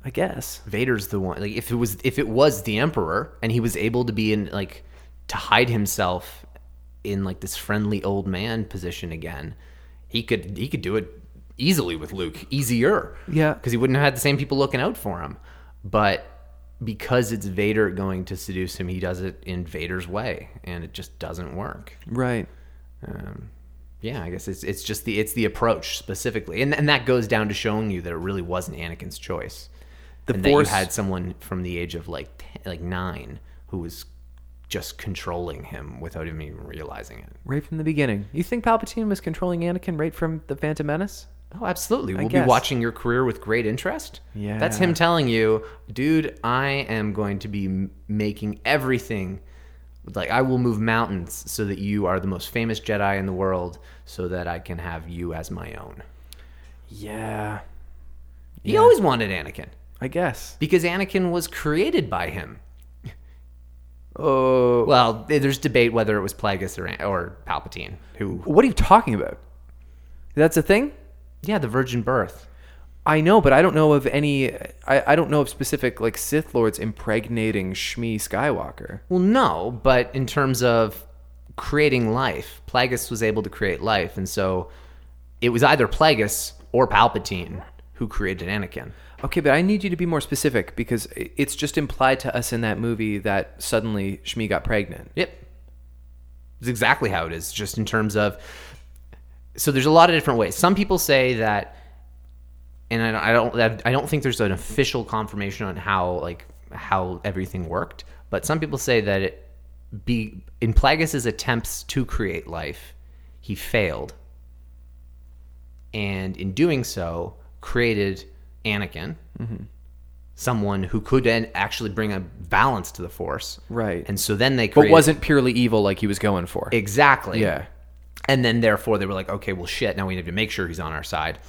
Speaker 1: I guess.
Speaker 2: Vader's the one. Like if it was if it was the Emperor and he was able to be in like to hide himself in like this friendly old man position again, he could he could do it easily with Luke, easier.
Speaker 1: Yeah.
Speaker 2: because he wouldn't have had the same people looking out for him. But because it's Vader going to seduce him, he does it in Vader's way, and it just doesn't work.
Speaker 1: Right.
Speaker 2: Um, yeah, I guess it's it's just the it's the approach specifically, and and that goes down to showing you that it really wasn't Anakin's choice. The and
Speaker 1: Force-
Speaker 2: that you had someone from the age of like ten, like nine who was just controlling him without him even realizing it.
Speaker 1: Right from the beginning. You think Palpatine was controlling Anakin right from the Phantom Menace?
Speaker 2: Oh, absolutely. We'll
Speaker 1: guess.
Speaker 2: be watching your career with great interest.
Speaker 1: Yeah.
Speaker 2: That's him telling you, dude, I am going to be m- making everything. Like, I will move mountains so that you are the most famous Jedi in the world, so that I can have you as my own.
Speaker 1: Yeah.
Speaker 2: He always wanted Anakin
Speaker 1: I guess.
Speaker 2: because Anakin was created by him.
Speaker 1: Oh.
Speaker 2: Well, th- there's debate whether it was Plagueis or, An- or Palpatine, who.
Speaker 1: What are you talking about? That's a thing?
Speaker 2: Yeah, the virgin birth.
Speaker 1: I know, but I don't know of any. I, I don't know of specific like Sith lords impregnating Shmi Skywalker.
Speaker 2: Well, no, but in terms of creating life, Plagueis was able to create life, and so it was either Plagueis or Palpatine who created Anakin.
Speaker 1: Okay, but I need you to be more specific because i- it's just implied to us in that movie that suddenly Shmi got pregnant.
Speaker 2: Yep, it's exactly how it is. Just in terms of, so there's a lot of different ways. Some people say that, and I don't, I don't, I don't think there's an official confirmation on how like how everything worked, but some people say that it be in Plagueis's attempts to create life, he failed and in doing so created Anakin,
Speaker 1: Mm-hmm.
Speaker 2: someone who could then actually bring a balance to the Force.
Speaker 1: Right.
Speaker 2: And so then they
Speaker 1: But
Speaker 2: created,
Speaker 1: wasn't purely evil like he was going for.
Speaker 2: exactly
Speaker 1: Yeah.
Speaker 2: and then therefore they were like, okay, well shit, now we need to make sure he's on our side,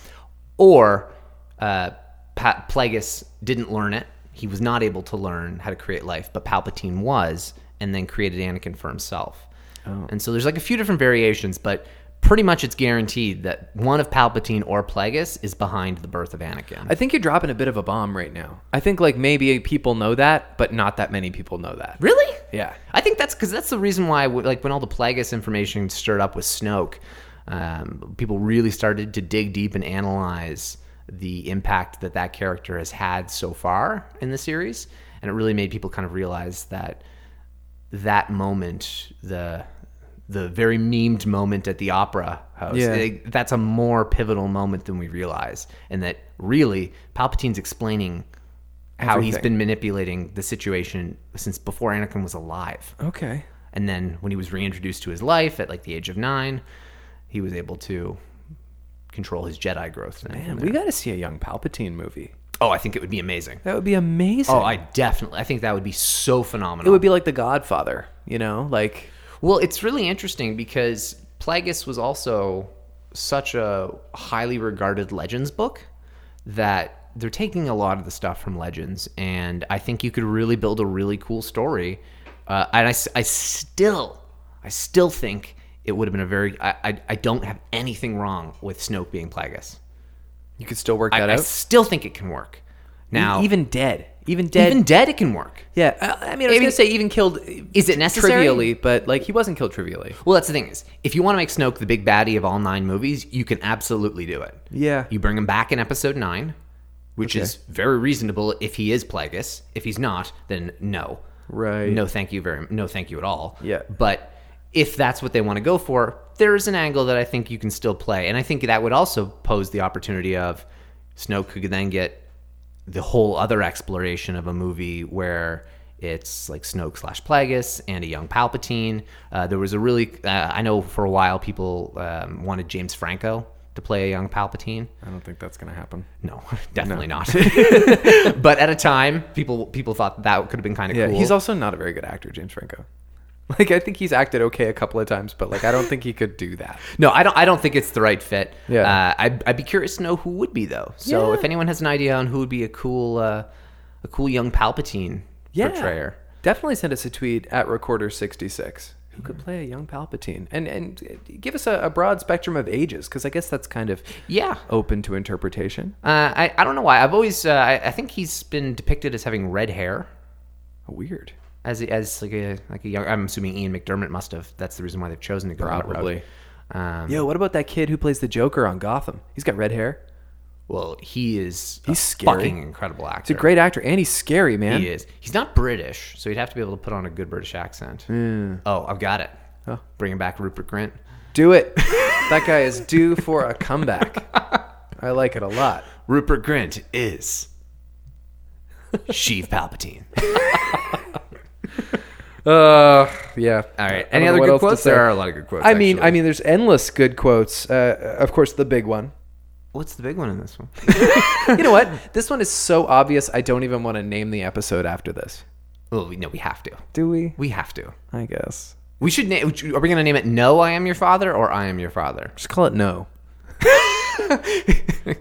Speaker 2: or uh, pa- Plagueis didn't learn it. He was not able to learn how to create life, but Palpatine was, and then created Anakin for himself.
Speaker 1: Oh.
Speaker 2: And so there's like a few different variations, but pretty much it's guaranteed that one of Palpatine or Plagueis is behind the birth of Anakin.
Speaker 1: I think you're dropping a bit of a bomb right now. I think like maybe people know that, but not that many people know that.
Speaker 2: Really?
Speaker 1: Yeah.
Speaker 2: I think that's because that's the reason why, w- like, when all the Plagueis information stirred up with Snoke, um, people really started to dig deep and analyze the impact that that character has had so far in the series, and it really made people kind of realize that that moment, the the very memed moment at the opera house,
Speaker 1: Yeah.
Speaker 2: it- that's a more pivotal moment than we realize, and that really Palpatine's explaining how he's
Speaker 1: Everything.
Speaker 2: been manipulating the situation since before Anakin was alive.
Speaker 1: Okay.
Speaker 2: And then when he was reintroduced to his life at like the age of nine, he was able to control his Jedi growth. then.
Speaker 1: Man, we got to see a young Palpatine movie.
Speaker 2: oh, I think it would be amazing.
Speaker 1: That would be amazing.
Speaker 2: Oh, I definitely. I think that would be so phenomenal.
Speaker 1: it would be like The Godfather, you know? Like
Speaker 2: Well, it's really interesting because Plagueis was also such a highly regarded Legends book that they're taking a lot of the stuff from Legends, and I think you could really build a really cool story. Uh, and I, s- I still, I still think it would have been a very. I, I, I don't have anything wrong with Snoke being Plagueis.
Speaker 1: you could still work
Speaker 2: I,
Speaker 1: that
Speaker 2: I
Speaker 1: out. E-
Speaker 2: still think it can work. Now,
Speaker 1: even dead. Even dead.
Speaker 2: even dead, it can work.
Speaker 1: yeah. I, I mean, I was
Speaker 2: Even-
Speaker 1: going to say even killed uh,
Speaker 2: Is it necessary?
Speaker 1: trivially, but like he wasn't killed trivially.
Speaker 2: Well, that's the thing is, if you want to make Snoke the big baddie of all nine movies, you can absolutely do it.
Speaker 1: Yeah.
Speaker 2: You bring him back in episode nine, which is very reasonable if he is Plagueis. If he's not, then no.
Speaker 1: Right.
Speaker 2: No, thank you very. No, thank you at all.
Speaker 1: Yeah.
Speaker 2: But if that's what they want to go for, there is an angle that I think you can still play, and I think that would also pose the opportunity of Snoke could then get the whole other exploration of a movie where it's like Snoke slash Plagueis and a young Palpatine. Uh, there was a really, uh, I know for a while people um, wanted James Franco to play a young Palpatine.
Speaker 1: I don't think that's going to happen.
Speaker 2: No, definitely not. but at a time, people people thought that could have been kind of
Speaker 1: Yeah.
Speaker 2: cool.
Speaker 1: He's also not a very good actor, James Franco. Like I think he's acted okay a couple of times, but like I don't think he could do that.
Speaker 2: no, I don't. I don't think it's the right fit.
Speaker 1: Yeah.
Speaker 2: uh, I'd, I'd be curious to know who would be though. So
Speaker 1: Yeah.
Speaker 2: if anyone has an idea on who would be a cool, uh, a cool young Palpatine portrayer,
Speaker 1: Definitely send us a tweet at recorder66 who could play a young Palpatine and and give us a, a broad spectrum of ages because I guess that's kind of
Speaker 2: yeah,
Speaker 1: open to interpretation.
Speaker 2: Uh, I, I don't know why. I've always uh, I, I think he's been depicted as having red hair
Speaker 1: Weird.
Speaker 2: as as like a like a young. I'm assuming Ian McDermott must have. That's the reason why they've chosen to go
Speaker 1: Probably.
Speaker 2: that road. Um,
Speaker 1: Yo, what about that kid who plays the Joker on Gotham? He's got red hair.
Speaker 2: Well, he is
Speaker 1: He's
Speaker 2: a
Speaker 1: scary.
Speaker 2: fucking incredible actor.
Speaker 1: He's a great actor and he's scary, man.
Speaker 2: He is. He's not British, so he'd have to be able to put on a good British accent. Oh, I've got it.
Speaker 1: Oh.
Speaker 2: Bringing back Rupert Grint.
Speaker 1: Do it. that guy is due for a comeback. I like it a lot.
Speaker 2: Rupert Grint is Sheev Palpatine.
Speaker 1: Uh, yeah.
Speaker 2: All right.
Speaker 1: I don't
Speaker 2: Any
Speaker 1: know
Speaker 2: other
Speaker 1: what
Speaker 2: good
Speaker 1: else to
Speaker 2: quotes?
Speaker 1: say.
Speaker 2: There are a lot of good quotes.
Speaker 1: I mean,
Speaker 2: actually.
Speaker 1: I mean, there's endless good quotes. Uh, of course, the big one.
Speaker 2: what's the big one in this one?
Speaker 1: You know what? This one is so obvious. I don't even want to name the episode after this.
Speaker 2: well, we, no, we have to.
Speaker 1: Do we?
Speaker 2: We have to.
Speaker 1: I guess.
Speaker 2: We should name. Are we going to name it "No, I am your father" or "I am your father"?
Speaker 1: Just call it no.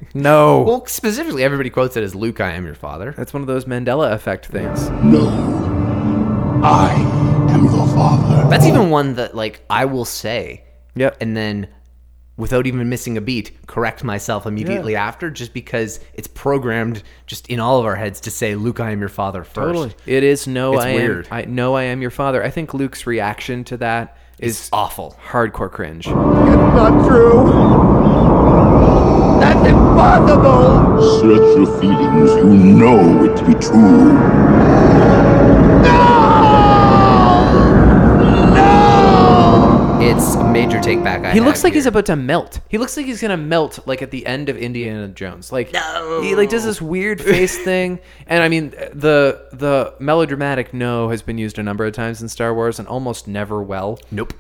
Speaker 1: no.
Speaker 2: Well, specifically, everybody quotes it as "Luke, I am your father."
Speaker 1: That's one of those Mandela effect things.
Speaker 5: I am your father.
Speaker 2: That's even one that, like, I will say,
Speaker 1: Yep.
Speaker 2: and then, without even missing a beat, correct myself immediately after, just because it's programmed just in all of our heads to say "Luke, I am your father" first.
Speaker 1: It is no.
Speaker 2: It's
Speaker 1: I am-
Speaker 2: weird.
Speaker 1: I no. I am your father. I think Luke's reaction to that is
Speaker 2: Awful.
Speaker 1: hardcore cringe.
Speaker 5: It's not true. That's impossible. Search your feelings. You know it to be true.
Speaker 2: It's a major take back.
Speaker 1: He looks like he's about to melt. He looks like he's gonna melt, like at the end of Indiana Jones. Like he like does this weird face thing. And I mean, the the melodramatic no has been used a number of times in Star Wars, and almost never well.
Speaker 2: nope.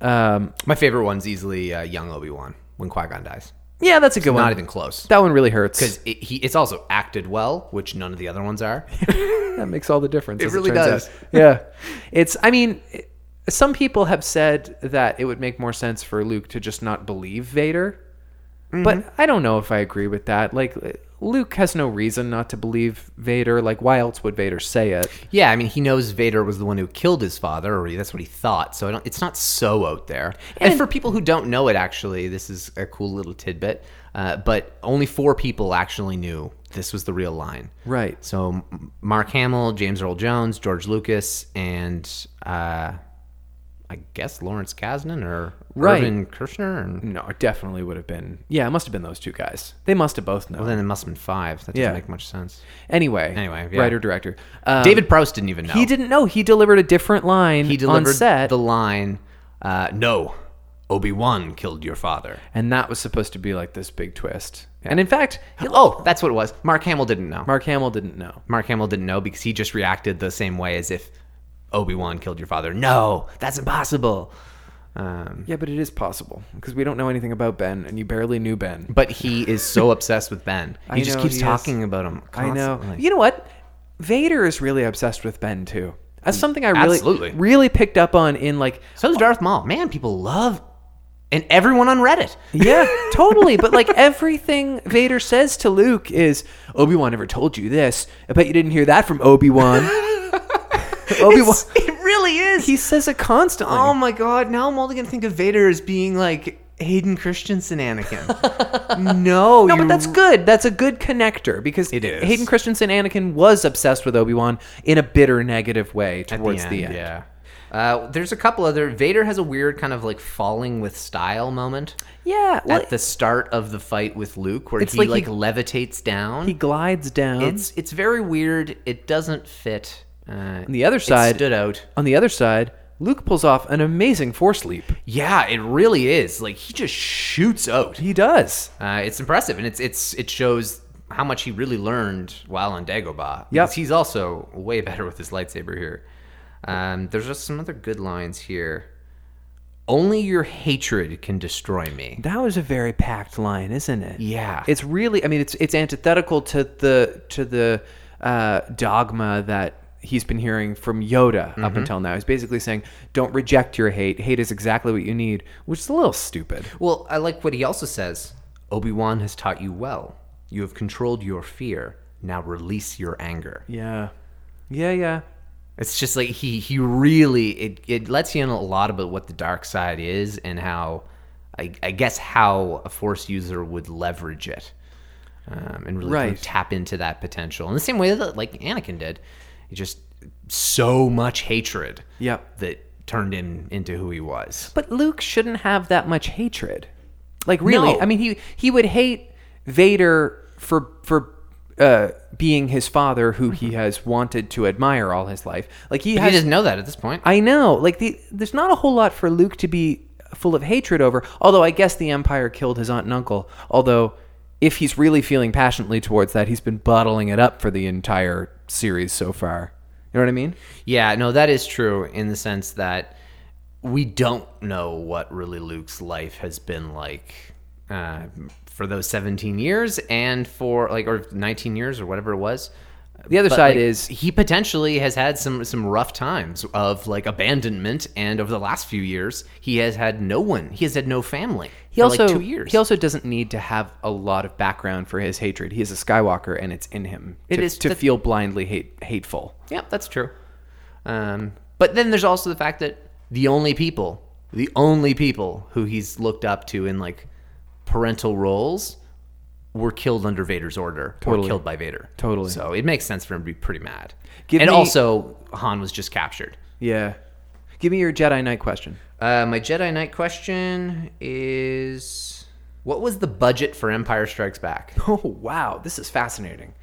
Speaker 1: Um,
Speaker 2: My favorite one's easily uh, young Obi Wan when Qui Gon dies.
Speaker 1: yeah, that's a good one.
Speaker 2: Not even close.
Speaker 1: That one really hurts.
Speaker 2: Because it, he, it's also acted well, which none of the other ones are.
Speaker 1: That makes all the difference. It
Speaker 2: really
Speaker 1: turns
Speaker 2: does.
Speaker 1: out. Yeah. It's, I mean, it- some people have said that it would make more sense for Luke to just not believe Vader But I don't know if I agree with that. Like Luke has no reason not to believe Vader. Like why else would Vader say it?
Speaker 2: Yeah, I mean, he knows Vader was the one who killed his father, or that's what he thought. So I don't, it's not so out there. And, for people who don't know it, actually, this is a cool little tidbit. Uh, but only four people actually knew this was the real line.
Speaker 1: Right.
Speaker 2: So M- Mark Hamill, James Earl Jones, George Lucas, and uh, I guess Lawrence Kasdan or
Speaker 1: Right. Mm.
Speaker 2: Irvin Kershner. And,
Speaker 1: No, it definitely would have been. Yeah, it must have been those two guys. They must have both known.
Speaker 2: well, then it must have been five. That doesn't
Speaker 1: Yeah.
Speaker 2: make much sense.
Speaker 1: anyway,
Speaker 2: Anyway, yeah.
Speaker 1: writer director um,
Speaker 2: David Prowse didn't even know.
Speaker 1: He didn't know. He delivered a different line
Speaker 2: He delivered
Speaker 1: on set,
Speaker 2: the line, uh, "No, Obi Wan killed your father."
Speaker 1: and that was supposed to be like this big twist. And in fact, he-
Speaker 2: Oh, that's what it was. Mark Hamill didn't know. Mark,
Speaker 1: Mark Hamill didn't know.
Speaker 2: Hamill didn't know because he just reacted the same way as if Obi Wan killed your father. No, that's impossible. Um,
Speaker 1: Yeah, but it is possible because we don't know anything about Ben, and you barely knew Ben.
Speaker 2: but he is so obsessed with Ben. He
Speaker 1: I
Speaker 2: just
Speaker 1: know
Speaker 2: keeps
Speaker 1: he is.
Speaker 2: talking about him.
Speaker 1: I know.
Speaker 2: constantly.
Speaker 1: You know what? Vader is really obsessed with Ben too. That's something I really,
Speaker 2: Absolutely.
Speaker 1: really picked up on in like
Speaker 2: So is Darth Maul. Man, people love, and everyone on Reddit.
Speaker 1: Yeah, totally. But like everything Vader says to Luke is Obi Wan never told you this. I bet you didn't hear that from Obi Wan. Obi Wan.
Speaker 2: It really is.
Speaker 1: He says it constantly.
Speaker 2: Oh my god, now I'm only gonna think of Vader as being like Hayden Christensen Anakin. no,
Speaker 1: no,
Speaker 2: you-
Speaker 1: but that's good. That's a good connector because
Speaker 2: It is.
Speaker 1: Hayden Christensen Anakin was obsessed with Obi Wan in a bitter, negative way
Speaker 2: At
Speaker 1: towards the end.
Speaker 2: Yeah. Uh, there's a couple other. Vader has a weird kind of like falling with style moment
Speaker 1: Yeah, well,
Speaker 2: at the start of the fight with Luke, where
Speaker 1: It's
Speaker 2: he
Speaker 1: like
Speaker 2: like,
Speaker 1: he-
Speaker 2: levitates down.
Speaker 1: he glides down.
Speaker 2: it's it's very weird. It doesn't fit. Uh, On
Speaker 1: the other side-
Speaker 2: stood out.
Speaker 1: On the other side, Luke pulls off an amazing force leap.
Speaker 2: Yeah, it really is. Like he just shoots out.
Speaker 1: He does.
Speaker 2: Uh, it's impressive, and it's it's it shows how much he really learned while on Dagobah.
Speaker 1: Yep.
Speaker 2: Because he's also way better with his lightsaber here. Um, there's just some other good lines here. Only your hatred can destroy me.
Speaker 1: That was a very packed line, isn't it?
Speaker 2: Yeah.
Speaker 1: It's really I mean it's it's antithetical to the to the uh, dogma that he's been hearing from Yoda
Speaker 2: Mm-hmm.
Speaker 1: up until now. He's basically saying don't reject your hate. Hate is exactly what you need, which is a little stupid.
Speaker 2: Well, I like what he also says. Obi Wan has taught you well. You have controlled your fear. Now release your anger.
Speaker 1: Yeah. Yeah, yeah.
Speaker 2: It's just like he he really it it lets you in a lot about what the dark side is and how I, I guess how a force user would leverage it um, and really kind of
Speaker 1: Right.
Speaker 2: tap into that potential in the same way that like Anakin did. He just so much hatred
Speaker 1: Yep.
Speaker 2: that turned him into who he was.
Speaker 1: But Luke shouldn't have that much hatred. Like really,
Speaker 2: No.
Speaker 1: I mean he he would hate Vader for for uh, being his father, who he has wanted to admire all his life. Like he
Speaker 2: Mm-hmm. But he
Speaker 1: has
Speaker 2: doesn't know that at this point.
Speaker 1: I know. Like the, there's not a whole lot for Luke to be full of hatred over. Although I guess the Empire killed his aunt and uncle. Although if he's really feeling passionately towards that, he's been bottling it up for the entire series so far. You know what I mean?
Speaker 2: Yeah, no, that is true in the sense that we don't know what really Luke's life has been like uh, for those 17 years and for like, or 19 years or whatever it was.
Speaker 1: The other
Speaker 2: But,
Speaker 1: side
Speaker 2: like,
Speaker 1: is
Speaker 2: he potentially has had some some rough times of like abandonment, and over the last few years, he has had no one. He has had no family.
Speaker 1: he
Speaker 2: for,
Speaker 1: also
Speaker 2: like two years.
Speaker 1: he also doesn't need to have a lot of background for his hatred. He is a Skywalker, and it's in him.
Speaker 2: It
Speaker 1: to,
Speaker 2: is-
Speaker 1: to
Speaker 2: that-
Speaker 1: feel blindly hate, hateful.
Speaker 2: Yeah, that's true. Um, but then there's also the fact that the only people, the only people who he's looked up to in like parental roles were killed under Vader's order
Speaker 1: Totally.
Speaker 2: or killed by Vader.
Speaker 1: Totally.
Speaker 2: So it makes sense for him to be pretty mad.
Speaker 1: Give
Speaker 2: and
Speaker 1: me-
Speaker 2: also, Han was just captured.
Speaker 1: Yeah. Give me your Jedi Knight question.
Speaker 2: Uh, my Jedi Knight question is What was the budget for Empire Strikes Back?
Speaker 1: Oh wow, this is fascinating.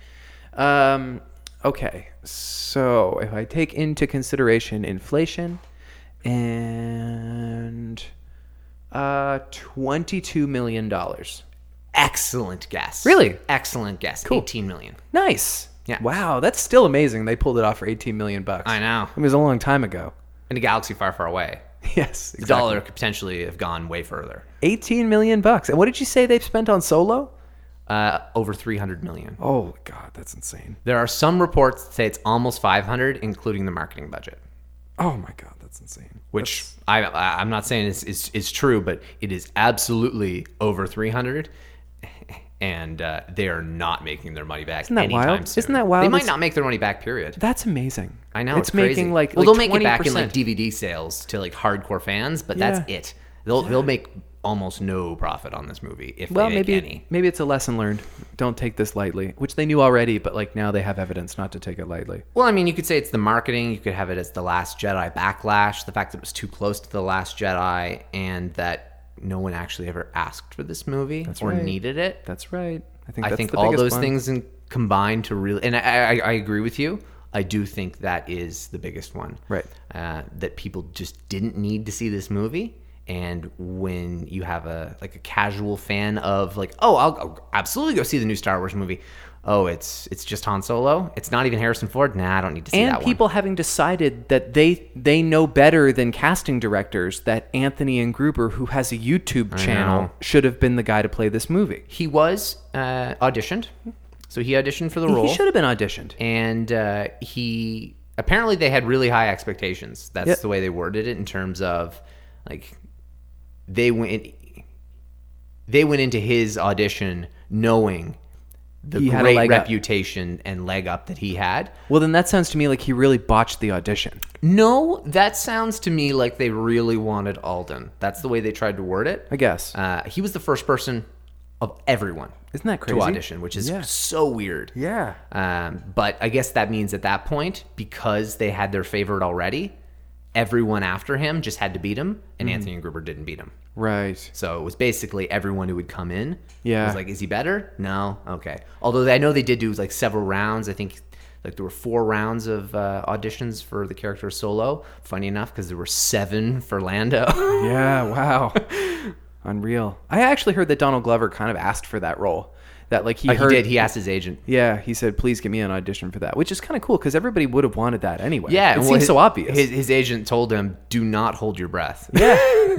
Speaker 1: Um, okay, so if I take into consideration inflation and uh, twenty-two million dollars.
Speaker 2: Excellent guess.
Speaker 1: Really?
Speaker 2: Excellent guess. 18 million.
Speaker 1: Nice.
Speaker 2: Yeah.
Speaker 1: Wow, that's still amazing. They pulled it off for eighteen million bucks.
Speaker 2: I know.
Speaker 1: It was a long time ago.
Speaker 2: In a galaxy far, far away.
Speaker 1: Yes.
Speaker 2: The
Speaker 1: Exactly.
Speaker 2: dollar could potentially have gone way further.
Speaker 1: Eighteen million bucks. And what did you say they've spent on Solo?
Speaker 2: uh, over 300 million.
Speaker 1: Oh God, that's insane.
Speaker 2: There are some reports that say it's almost 500, including the marketing budget,
Speaker 1: Oh my God, that's insane.
Speaker 2: which I, I, I'm not saying is, is, is true, but it is absolutely over 300. and uh, they are not making their money back. Isn't
Speaker 1: that
Speaker 2: anytime
Speaker 1: wild?
Speaker 2: soon.
Speaker 1: Isn't that wild?
Speaker 2: They might
Speaker 1: It's-
Speaker 2: not make their money back. Period.
Speaker 1: That's amazing.
Speaker 2: I know.
Speaker 1: It's,
Speaker 2: crazy.
Speaker 1: making like
Speaker 2: well,
Speaker 1: like
Speaker 2: they'll make
Speaker 1: 20%.
Speaker 2: it back in like DVD sales to like hardcore fans, but that's
Speaker 1: Yeah.
Speaker 2: it. They'll they'll make almost no profit on this movie if
Speaker 1: well,
Speaker 2: they make
Speaker 1: maybe
Speaker 2: any.
Speaker 1: maybe it's a lesson learned. Don't take this lightly, which they knew already, but like now they have evidence not to take it lightly.
Speaker 2: Well, I mean, you could say it's the marketing. You could have it as the Last Jedi backlash, the fact that it was too close to the Last Jedi, and that no one actually ever asked for this movie or
Speaker 1: right.
Speaker 2: needed it.
Speaker 1: That's right. I think
Speaker 2: I
Speaker 1: that's
Speaker 2: think
Speaker 1: the
Speaker 2: all
Speaker 1: biggest
Speaker 2: those
Speaker 1: one.
Speaker 2: things in, combined to really, and I, I, I agree with you. I do think that is the biggest one,
Speaker 1: Right.
Speaker 2: Uh, that people just didn't need to see this movie, and when you have a like a casual fan of like, oh, I'll, I'll absolutely go see the new Star Wars movie. Oh, it's it's just Han Solo. It's not even Harrison Ford. Nah, I don't need to see that
Speaker 1: and
Speaker 2: one.
Speaker 1: people having decided that they they know better than casting directors that Anthony and Gruber, who has a YouTube channel,
Speaker 2: know.
Speaker 1: should have been the guy to play this movie.
Speaker 2: He was uh, auditioned, so he auditioned for the role.
Speaker 1: He should have been auditioned.
Speaker 2: and uh, he apparently they had really high expectations. That's
Speaker 1: Yeah.
Speaker 2: the way they worded it in terms of like they went they went into his audition knowing the
Speaker 1: He had a
Speaker 2: great
Speaker 1: leg up.
Speaker 2: reputation and leg up that he had.
Speaker 1: Well, then that sounds to me like he really botched the audition.
Speaker 2: No, that sounds to me like they really wanted Alden. That's the way they tried to word it.
Speaker 1: I guess.
Speaker 2: Uh, he was the first person of everyone
Speaker 1: Isn't that
Speaker 2: to
Speaker 1: crazy?
Speaker 2: audition, which is
Speaker 1: Yeah.
Speaker 2: so weird.
Speaker 1: Yeah.
Speaker 2: Um, but I guess that means at that point, because they had their favorite already, everyone after him just had to beat him, and
Speaker 1: Hmm.
Speaker 2: Anthony and Gruber didn't beat him.
Speaker 1: Right.
Speaker 2: So it was basically everyone who would come in.
Speaker 1: Yeah.
Speaker 2: was like, is he better? No. Okay. Although I know they did do like several rounds. I think like there were four rounds of uh, auditions for the character of Solo. Funny enough, because there were seven for Lando.
Speaker 1: Yeah, wow. Unreal. I actually heard that Donald Glover kind of asked for that role. That like he
Speaker 2: Uh, he
Speaker 1: heard
Speaker 2: did. He asked his agent.
Speaker 1: Yeah, he said, "Please give me an audition for that," which is kind of cool because everybody would have wanted that anyway.
Speaker 2: Yeah,
Speaker 1: it
Speaker 2: well,
Speaker 1: seems
Speaker 2: his-
Speaker 1: so obvious.
Speaker 2: His, his agent told him, "Do not hold your breath."
Speaker 1: yeah,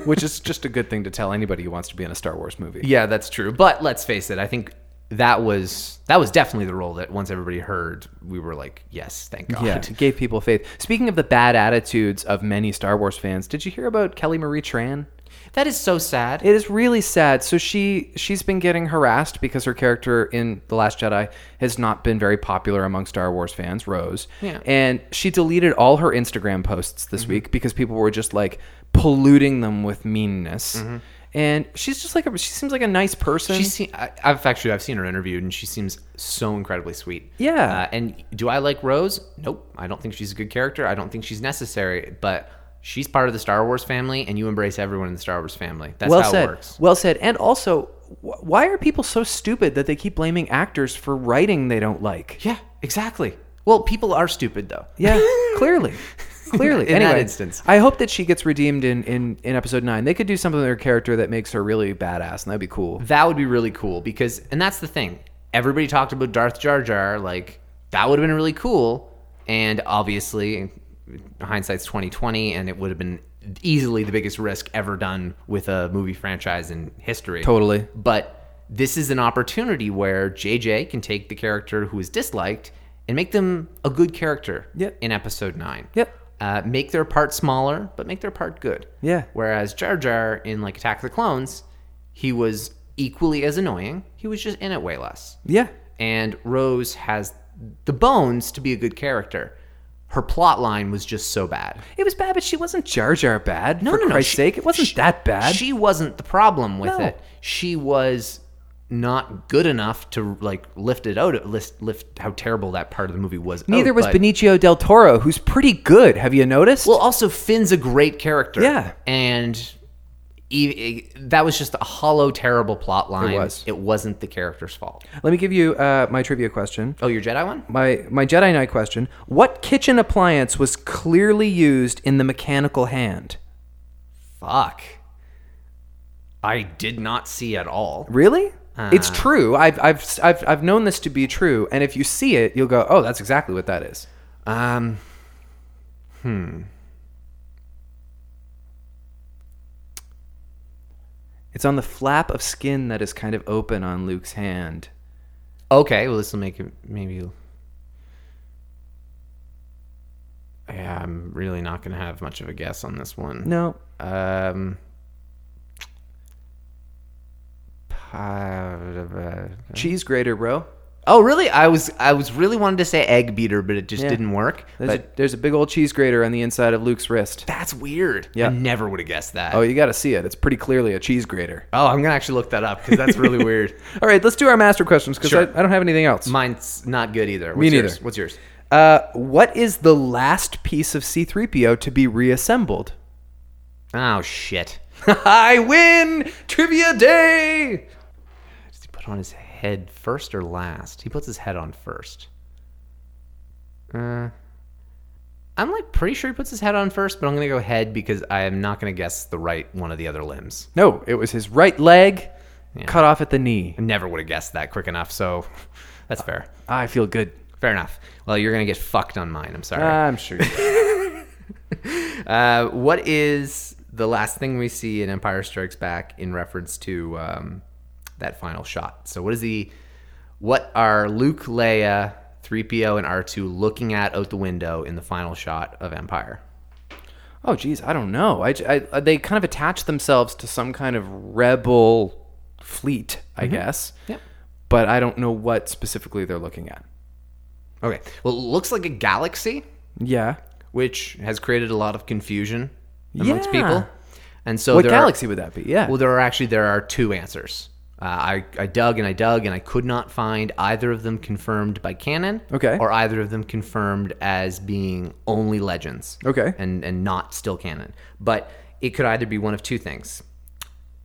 Speaker 1: which is just a good thing to tell anybody who wants to be in a Star Wars movie.
Speaker 2: Yeah, that's true. But let's face it, I think that was that was definitely the role that once everybody heard, we were like, yes, thank God.
Speaker 1: Yeah, it gave people faith. Speaking of the bad attitudes of many Star Wars fans, did you hear about Kelly Marie Tran?
Speaker 2: That is so sad.
Speaker 1: It is really sad. So she she's been getting harassed because her character in The Last Jedi has not been very popular among Star Wars fans, Rose.
Speaker 2: Yeah. Mm-hmm.
Speaker 1: And she deleted all her Instagram posts this week because people were just like polluting them with meanness. And she's just like a, she seems like a nice person.
Speaker 2: Mm-hmm. She's seen, I, I've actually I've seen her interviewed, and she seems so incredibly sweet.
Speaker 1: Yeah.
Speaker 2: Uh, and do I like Rose? Nope. I don't think she's a good character. I don't think she's necessary. But she's part of the Star Wars family, and you embrace everyone in the Star Wars family. That's
Speaker 1: well
Speaker 2: how
Speaker 1: said.
Speaker 2: it works.
Speaker 1: Well said. And also, wh- why are people so stupid that they keep blaming actors for writing they don't like?
Speaker 2: Yeah, exactly. Well, people are stupid though.
Speaker 1: Yeah, clearly. Clearly.
Speaker 2: In that
Speaker 1: anyway,
Speaker 2: instance.
Speaker 1: I hope that she gets redeemed in, in, in episode nine. They could do something with her character that makes her really badass, and that'd be cool.
Speaker 2: That would be really cool because, and that's the thing. Everybody talked about Darth Jar Jar. Like that would have been really cool. And obviously, hindsight's twenty twenty, and it would have been easily the biggest risk ever done with a movie franchise in history.
Speaker 1: Totally.
Speaker 2: But this is an opportunity where JJ can take the character who is disliked and make them a good character.
Speaker 1: Yep.
Speaker 2: In episode nine.
Speaker 1: Yep.
Speaker 2: Uh, make their part smaller, but make their part good.
Speaker 1: Yeah.
Speaker 2: Whereas Jar Jar in like Attack of the Clones, he was equally as annoying. He was just in it way less.
Speaker 1: Yeah.
Speaker 2: And Rose has the bones to be a good character. Her plot line was just so bad.
Speaker 1: It was bad, but she wasn't Jar Jar bad.
Speaker 2: No,
Speaker 1: for
Speaker 2: no, no.
Speaker 1: Christ's
Speaker 2: she-
Speaker 1: sake, it wasn't
Speaker 2: she-
Speaker 1: that bad.
Speaker 2: She wasn't the problem with
Speaker 1: No.
Speaker 2: it. She was not good enough to like lift it out. Lift, lift how terrible that part of the movie was. out,
Speaker 1: Neither was
Speaker 2: Oh, but-
Speaker 1: Benicio del Toro, who's pretty good. Have you noticed?
Speaker 2: Well, also Finn's a great character.
Speaker 1: Yeah.
Speaker 2: and e- e- that was just a hollow, terrible plot line.
Speaker 1: It was.
Speaker 2: It wasn't the character's fault.
Speaker 1: let me give you uh, my trivia question.
Speaker 2: Oh, your Jedi one?
Speaker 1: My my Jedi Knight question: What kitchen appliance was clearly used in the mechanical hand?
Speaker 2: Fuck. I did not see at all.
Speaker 1: Really? it's
Speaker 2: Ah.
Speaker 1: true. I've, I've I've I've known this to be true, and if you see it, you'll go, "Oh, that's exactly what that is."
Speaker 2: Um. Hmm.
Speaker 1: It's on the flap of skin that is kind of open on Luke's hand.
Speaker 2: Okay. Well, this will make it maybe. Yeah, I'm really not gonna have much of a guess Um, on this one.
Speaker 1: No,
Speaker 2: Um.
Speaker 1: Cheese grater, bro.
Speaker 2: Oh, really? I was I was really wanted to say egg beater, but it just
Speaker 1: Yeah.
Speaker 2: didn't work.
Speaker 1: There's,
Speaker 2: but
Speaker 1: a, there's a big old cheese grater on the inside of Luke's wrist.
Speaker 2: that's weird.
Speaker 1: Yeah.
Speaker 2: I never would have guessed that.
Speaker 1: Oh,
Speaker 2: Oh,
Speaker 1: you got to see it. It's pretty clearly a cheese grater.
Speaker 2: I'm gonna actually look that up because that's really weird.
Speaker 1: All right, let's do our master questions because
Speaker 2: Sure.
Speaker 1: I, I don't have anything else.
Speaker 2: Mine's not good either. What's
Speaker 1: neither.
Speaker 2: Yours? What's yours?
Speaker 1: Uh, what is the last piece of C3PO to be reassembled?
Speaker 2: Oh shit!
Speaker 1: I win! Trivia day!
Speaker 2: Does he put on his head first or last? He puts his head on first. Uh, I'm like pretty sure he puts his head on first, but I'm gonna go head because I am not gonna guess the right one of the other limbs.
Speaker 1: No, it was his right leg
Speaker 2: Yeah.
Speaker 1: cut off at the knee.
Speaker 2: I never would have guessed that quick enough, so that's fair.
Speaker 1: I feel good.
Speaker 2: Fair enough. Well, you're gonna get fucked on mine. I'm sorry.
Speaker 1: I'm sure. you did.
Speaker 2: Uh, what is the last thing we see in Empire Strikes Back in reference to um, that final shot? So, what is the what are Luke, Leia, three PO, and R two looking at out the window in the final shot of Empire?
Speaker 1: oh, geez, I don't know. I, j- I- they kind of attach themselves to some kind of rebel fleet, I guess.
Speaker 2: Yep.
Speaker 1: But I don't know what specifically they're looking at.
Speaker 2: Okay. Well, it looks like a galaxy,
Speaker 1: Yeah.
Speaker 2: which has created a lot of confusion amongst
Speaker 1: Yeah.
Speaker 2: people. And so,
Speaker 1: What
Speaker 2: there are-
Speaker 1: galaxy would that be? Yeah.
Speaker 2: Well, there are actually there are two answers. Uh, I, I dug and I dug and I could not find either of them confirmed by canon,
Speaker 1: Okay.
Speaker 2: or either of them confirmed as being only legends,
Speaker 1: Okay.
Speaker 2: and and not still canon. But it could either be one of two things: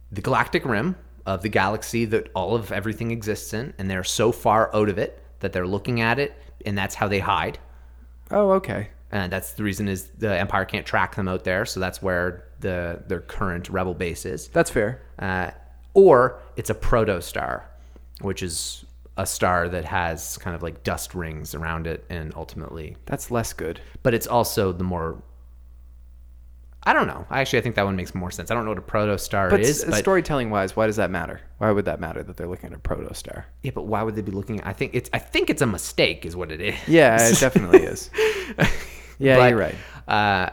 Speaker 2: the galactic rim of the galaxy that all of everything exists in, and they're so far out of it that they're looking at it, and that's how they hide.
Speaker 1: oh, okay.
Speaker 2: And that's the reason is the Empire can't track them out there, so that's where the their current rebel base is
Speaker 1: That's fair.
Speaker 2: uh, or it's a protostar, which is a star that has kind of like dust rings around it, and ultimately,
Speaker 1: That's less good.
Speaker 2: but it's also the more. I don't know. Actually, I think that one makes more sense. I don't know what a protostar
Speaker 1: But,
Speaker 2: is, but
Speaker 1: storytelling wise, why does that matter? Why would that matter that they're looking at a protostar?
Speaker 2: yeah. But why would they be looking? At, I think it's. I think it's a mistake, is what it is.
Speaker 1: Yeah, it definitely is. Yeah,
Speaker 2: But,
Speaker 1: you're right.
Speaker 2: Uh,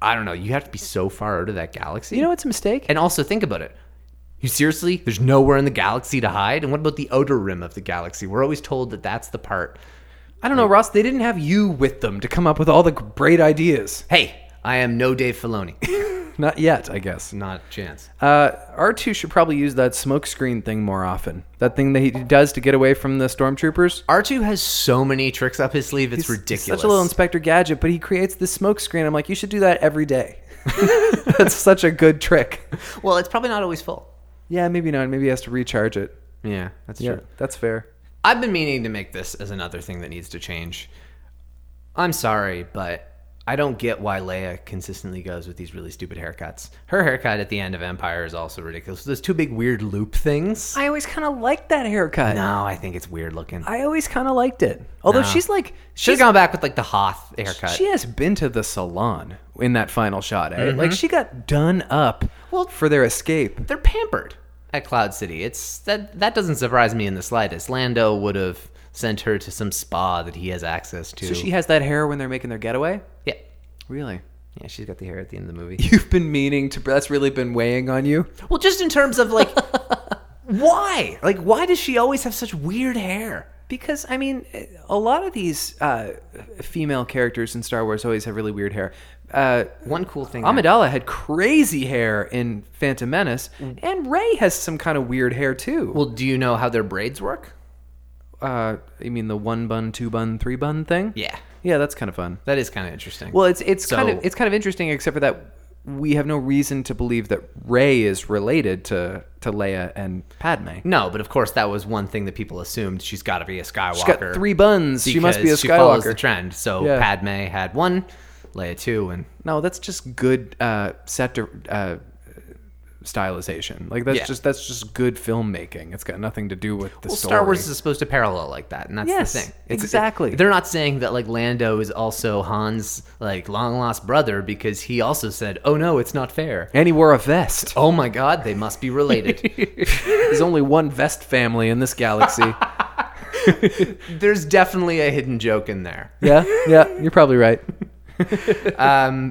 Speaker 2: I don't know. You have to be so far out of that galaxy.
Speaker 1: You know what's a mistake?
Speaker 2: And also think about it. You seriously? There's nowhere in the galaxy to hide. And what about the outer rim of the galaxy? We're always told that that's the part
Speaker 1: I don't know, Ross. They didn't have you with them to come up with all the great ideas.
Speaker 2: Hey, I am no Dave Filoni.
Speaker 1: Not yet, I guess.
Speaker 2: Not a chance.
Speaker 1: Uh, R2 should probably use that smoke screen thing more often. That thing that he does to get away from the stormtroopers.
Speaker 2: R2 has so many tricks up his sleeve, it's
Speaker 1: He's
Speaker 2: ridiculous.
Speaker 1: Such a little Inspector Gadget, but he creates this smoke screen. I'm like, you should do that every day. That's such a good trick.
Speaker 2: well, it's probably not always full.
Speaker 1: Yeah, maybe not. Maybe he has to recharge it.
Speaker 2: Yeah, that's
Speaker 1: Yeah,
Speaker 2: true.
Speaker 1: that's fair.
Speaker 2: I've been meaning to make this as another thing that needs to change. I'm sorry, but I don't get why Leia consistently goes with these really stupid haircuts. Her haircut at the end of Empire is also ridiculous. Those two big weird loop things.
Speaker 1: I always kind of liked that haircut.
Speaker 2: no, I think it's weird looking.
Speaker 1: I always kind of liked it. Although
Speaker 2: No.
Speaker 1: she's like,
Speaker 2: Should
Speaker 1: she's
Speaker 2: have gone back with like the Hoth haircut.
Speaker 1: she has been to the salon in that final shot. eh? Like she got done up for their escape.
Speaker 2: they're pampered at Cloud City. It's that that doesn't surprise me in the slightest. Lando would have sent her to some spa that he has access to.
Speaker 1: So she has that hair when they're making their getaway.
Speaker 2: yeah,
Speaker 1: Really?
Speaker 2: yeah, she's got the hair at the end of the movie.
Speaker 1: You've been meaning to. That's really been weighing on you.
Speaker 2: well, just in terms of like, why? Like, why does she always have such weird hair?
Speaker 1: Because I mean, a lot of these uh, female characters in Star Wars always have really weird hair. Uh,
Speaker 2: One cool thing. that-
Speaker 1: Amidala had crazy hair in Phantom Menace, and Ray has some kind of weird hair too.
Speaker 2: Mm. well, do you know how their braids work?
Speaker 1: uh, you mean the one bun, two bun, three bun thing?
Speaker 2: Yeah,
Speaker 1: yeah, that's kind of fun.
Speaker 2: that is kind of interesting.
Speaker 1: Well, it's it's kind
Speaker 2: So-
Speaker 1: of it's kind of interesting, except for that we have no reason to believe that Ray is related to to Leia and Padme.
Speaker 2: no, but of course that was one thing that people assumed. She's got to be a Skywalker.
Speaker 1: She's got three buns. She must be a
Speaker 2: because She follows the
Speaker 1: Skywalker.
Speaker 2: trend. So
Speaker 1: Yeah.
Speaker 2: Padme had one, Leia two, and
Speaker 1: no, that's just good uh, set to, uh, stylization. Like that's
Speaker 2: Yeah.
Speaker 1: just that's just good filmmaking. It's got nothing to do with the
Speaker 2: Well,
Speaker 1: story.
Speaker 2: Star Wars is supposed to parallel like that, and that's
Speaker 1: Yes,
Speaker 2: the thing.
Speaker 1: exactly.
Speaker 2: they're not saying that like Lando is also Han's like long lost brother because he also said, "Oh no, it's not fair."
Speaker 1: and he wore a vest.
Speaker 2: Oh my God, they must be related.
Speaker 1: There's only one vest family in this galaxy.
Speaker 2: There's definitely a hidden joke in there.
Speaker 1: yeah, yeah, you're probably right.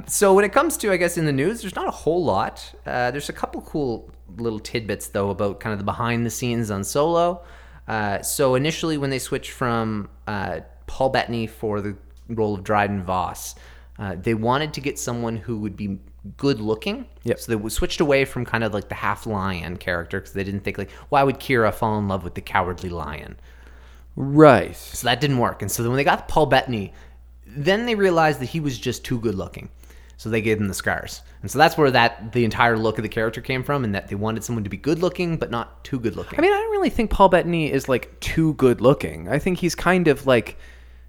Speaker 2: So when it comes to, I guess, in the news, there's not a whole lot. Uh, there's a couple cool little tidbits though about kind of the behind the scenes on Solo. Uh, so initially, when they switched from uh, Paul Bettany for the role of Dryden Voss, uh, they wanted to get someone who would be good looking.
Speaker 1: Yep.
Speaker 2: So they switched away from kind of like the half lion character because they didn't think like, why would Kira fall in love with the cowardly lion?
Speaker 1: Right.
Speaker 2: So that didn't work. And so then when they got Paul Bettany, then they realized that he was just too good looking. So they gave him the scars. And so that's where that the entire look of the character came from and that they wanted someone to be good looking but not too good looking.
Speaker 1: I mean, I don't really think Paul Bettany is like too good looking. I think he's kind of like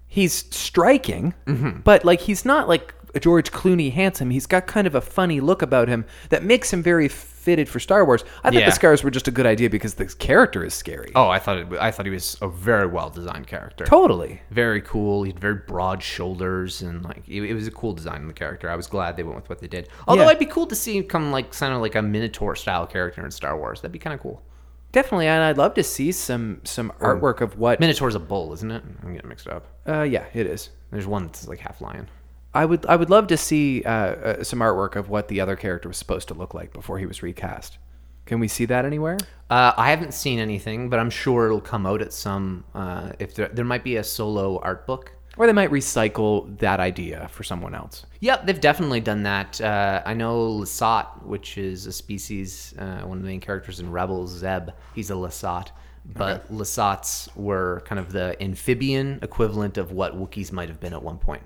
Speaker 1: he's striking,
Speaker 2: Mm-hmm.
Speaker 1: but like he's not like a George Clooney handsome. He's got kind of a funny look about him that makes him very fitted for Star Wars. I thought
Speaker 2: Yeah.
Speaker 1: the scars were just a good idea because the character is scary.
Speaker 2: oh, I thought it, I thought he was a very well designed character.
Speaker 1: Totally.
Speaker 2: Very cool. He had very broad shoulders and like it, it was a cool design in the character. I was glad they went with what they did. Although
Speaker 1: Yeah.
Speaker 2: it'd be cool to see him come like kind of like a minotaur style character in Star Wars. That'd be kind of cool.
Speaker 1: Definitely, and I'd love to see some some
Speaker 2: Oh.
Speaker 1: artwork of what.
Speaker 2: Minotaur's a bull, isn't it? I'm getting mixed up.
Speaker 1: Uh, yeah, it is.
Speaker 2: There's one that's like half lion.
Speaker 1: I would I would love to see uh, uh, some artwork of what the other character was supposed to look like before he was recast. Can we see that anywhere?
Speaker 2: Uh, I haven't seen anything, but I'm sure it'll come out at some. Uh, if there, there might be a solo art book.
Speaker 1: Or they might recycle that idea for someone else.
Speaker 2: Yep, they've definitely done that. Uh, I know Lasat, which is a species, uh, one of the main characters in Rebels, Zeb. He's a Lasat, but Lasats were kind of the amphibian equivalent of what Wookiees might have been at one point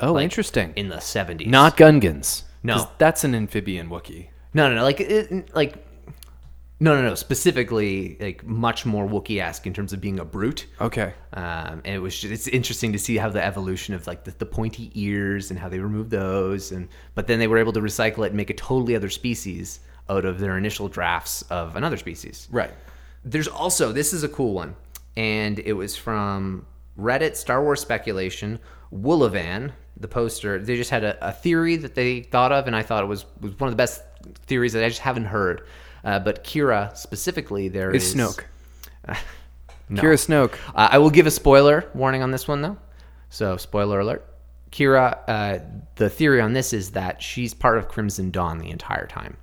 Speaker 1: Oh, interesting.
Speaker 2: in the 70s.
Speaker 1: Not Gungans.
Speaker 2: No.
Speaker 1: 'Cause That's an amphibian Wookiee.
Speaker 2: No, no, no. Like, it, like, no, no, no. Specifically, like, much more Wookiee-esque in terms of being a brute.
Speaker 1: Okay.
Speaker 2: Um, and it was just, it's interesting to see how the evolution of like the, the pointy ears and how they removed those, and but then they were able to recycle it and make a totally other species out of their initial drafts of another species.
Speaker 1: Right.
Speaker 2: There's also this is a cool one, and it was from Reddit Star Wars speculation. Woolavan, the poster, they just had a, a theory that they thought of, and I thought it was was one of the best theories that I just haven't heard. Uh, but Kira specifically, there
Speaker 1: It's
Speaker 2: is
Speaker 1: Snoke. Kira Snoke.
Speaker 2: uh, I will give a spoiler warning on this one, though. So, spoiler alert. Kira, uh, the theory on this is that she's part of Crimson Dawn the entire time.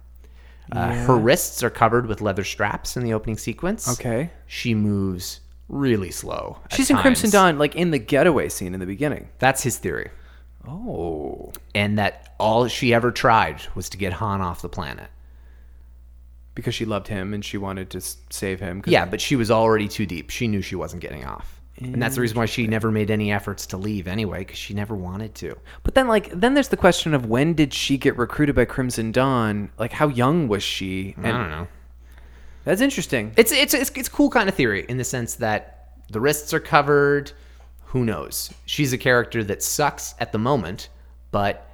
Speaker 2: Uh, Her wrists are covered with leather straps in the opening sequence.
Speaker 1: Okay.
Speaker 2: She moves really slow. at
Speaker 1: She's in Crimson
Speaker 2: times.
Speaker 1: Dawn, like in the getaway scene in the beginning.
Speaker 2: That's his theory.
Speaker 1: Oh.
Speaker 2: And that all she ever tried was to get Han off the planet.
Speaker 1: Because she loved him and she wanted to s- save him. 'cause-
Speaker 2: Yeah, but she was already too deep. She knew she wasn't getting off. And that's the reason why she never made any efforts to leave anyway, because she never wanted to.
Speaker 1: But then, like, then there's the question of when did she get recruited by Crimson Dawn? Like, how young was she? And
Speaker 2: I don't know.
Speaker 1: That's interesting.
Speaker 2: It's it's it's it's cool kind of theory in the sense that the wrists are covered. Who knows? She's a character that sucks at the moment, but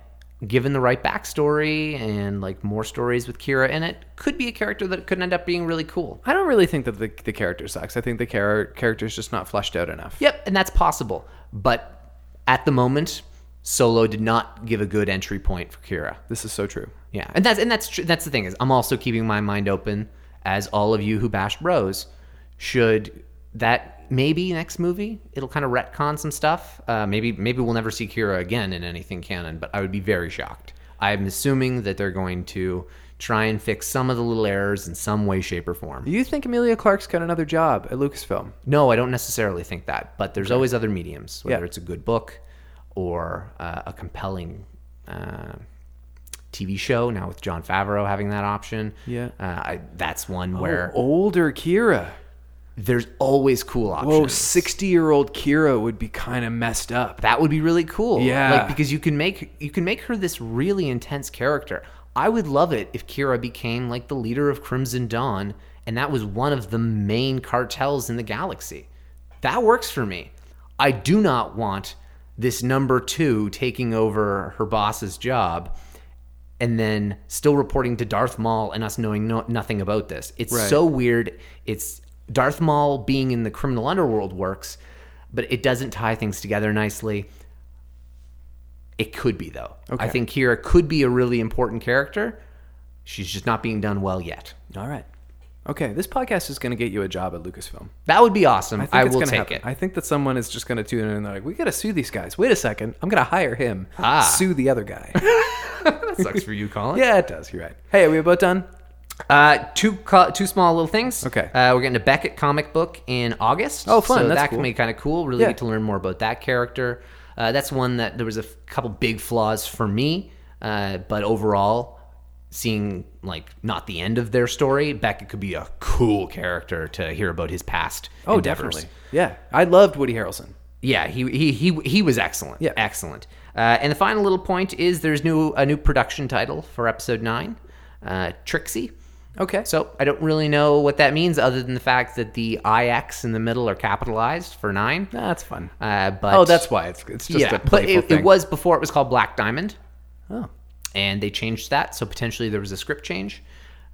Speaker 2: given the right backstory and like more stories with Kira in it, could be a character that could end up being really cool.
Speaker 1: I don't really think that the, the character sucks. I think the char- character's just not fleshed out enough.
Speaker 2: Yep, and that's possible. But at the moment, Solo did not give a good entry point for Kira.
Speaker 1: This is so true.
Speaker 2: Yeah, and that's and that's tr- that's the thing is I'm also keeping my mind open as all of you who bashed Rose should that maybe next movie it'll kind of retcon some stuff. Uh, maybe maybe we'll never see Kira again in anything canon, but I would be very shocked. I'm assuming that they're going to try and fix some of the little errors in some way, shape, or form.
Speaker 1: Do you think Amelia Clark's got another job at Lucasfilm?
Speaker 2: No, I don't necessarily think that, but there's always other mediums, whether
Speaker 1: Yeah.
Speaker 2: it's a good book or uh, a compelling uh, TV show. Now with John Favreau having that option,
Speaker 1: Yeah. Oh.
Speaker 2: uh, I, that's one where
Speaker 1: Older Kira.
Speaker 2: there's always cool options.
Speaker 1: Whoa, 60 year old Kira would be kind of messed up.
Speaker 2: That would be really cool.
Speaker 1: Yeah.
Speaker 2: like because you can make you can make her this really intense character. I would love it if Kira became like the leader of Crimson Dawn, and that was one of the main cartels in the galaxy. That works for me. I do not want this number two taking over her boss's job and then still reporting to Darth Maul and us knowing no, nothing about this. It's
Speaker 1: Right.
Speaker 2: so weird. It's Darth Maul being in the criminal underworld works, but it doesn't tie things together nicely. It could be though. I think Kira could be a really important character. She's just not being done well yet.
Speaker 1: All right. Okay, this podcast is going to get you a job at Lucasfilm.
Speaker 2: That would be awesome. I,
Speaker 1: think it's
Speaker 2: will
Speaker 1: gonna
Speaker 2: take
Speaker 1: happen.
Speaker 2: it.
Speaker 1: I think that someone is just going to tune in and they're like, we got to sue these guys. Wait a second. I'm going to hire him.
Speaker 2: Ah.
Speaker 1: Sue the other guy.
Speaker 2: That sucks for you, Colin.
Speaker 1: yeah, it does. You're right. Hey, are we about done?
Speaker 2: Uh, two co- two small little things.
Speaker 1: Okay.
Speaker 2: Uh, we're getting a Beckett comic book in August.
Speaker 1: Oh, fun.
Speaker 2: So
Speaker 1: That's
Speaker 2: that
Speaker 1: cool.
Speaker 2: can be kind of cool. Really
Speaker 1: Yeah.
Speaker 2: get to learn more about that character. Uh, that's one that there was a f- couple big flaws for me, uh, but overall, seeing like not the end of their story, Beckett could be a cool character to hear about his past.
Speaker 1: Oh,
Speaker 2: endeavors.
Speaker 1: definitely. Yeah, I loved Woody Harrelson.
Speaker 2: Yeah, he he he, he was excellent.
Speaker 1: Yeah.
Speaker 2: excellent. Uh, and the final little point is there's new a new production title for episode nine, uh, Trixie.
Speaker 1: Okay.
Speaker 2: So I don't really know what that means, other than the fact that the IX in the middle are capitalized for nine.
Speaker 1: that's fun.
Speaker 2: Uh, but
Speaker 1: Ah. oh, that's why it's it's just
Speaker 2: yeah,
Speaker 1: a
Speaker 2: but
Speaker 1: playful
Speaker 2: it,
Speaker 1: thing.
Speaker 2: it was before it was called Black Diamond,
Speaker 1: oh.
Speaker 2: and they changed that, so potentially there was a script change.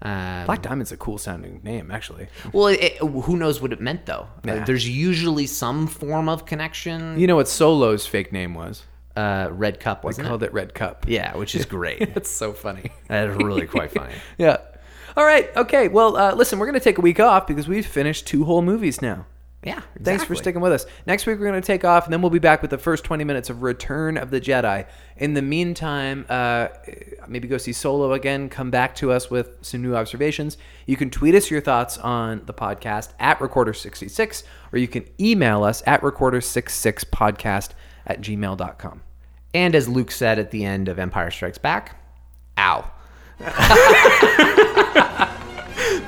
Speaker 2: Um,
Speaker 1: Black Diamond's a cool sounding name, actually.
Speaker 2: well, it, it- who knows what it meant though? Uh,
Speaker 1: Yeah.
Speaker 2: there's usually some form of connection.
Speaker 1: You know what Solo's fake name was?
Speaker 2: Uh, Red Cup
Speaker 1: They
Speaker 2: wasn't it?
Speaker 1: called it Red Cup.
Speaker 2: Yeah, which is great.
Speaker 1: That's so funny.
Speaker 2: That is really quite funny.
Speaker 1: yeah. All right. Okay. Well, uh, listen, we're going to take a week off because we've finished two whole movies now.
Speaker 2: Yeah.
Speaker 1: Thanks for sticking with us. Next week, we're going to take off, and then we'll be back with the first 20 minutes of Return of the Jedi. In the meantime, uh, maybe go see Solo again, come back to us with some new observations. You can tweet us your thoughts on the podcast at Recorder66, or you can email us at Recorder66podcast at gmail.com.
Speaker 2: And as Luke said at the end of Empire Strikes Back, ow.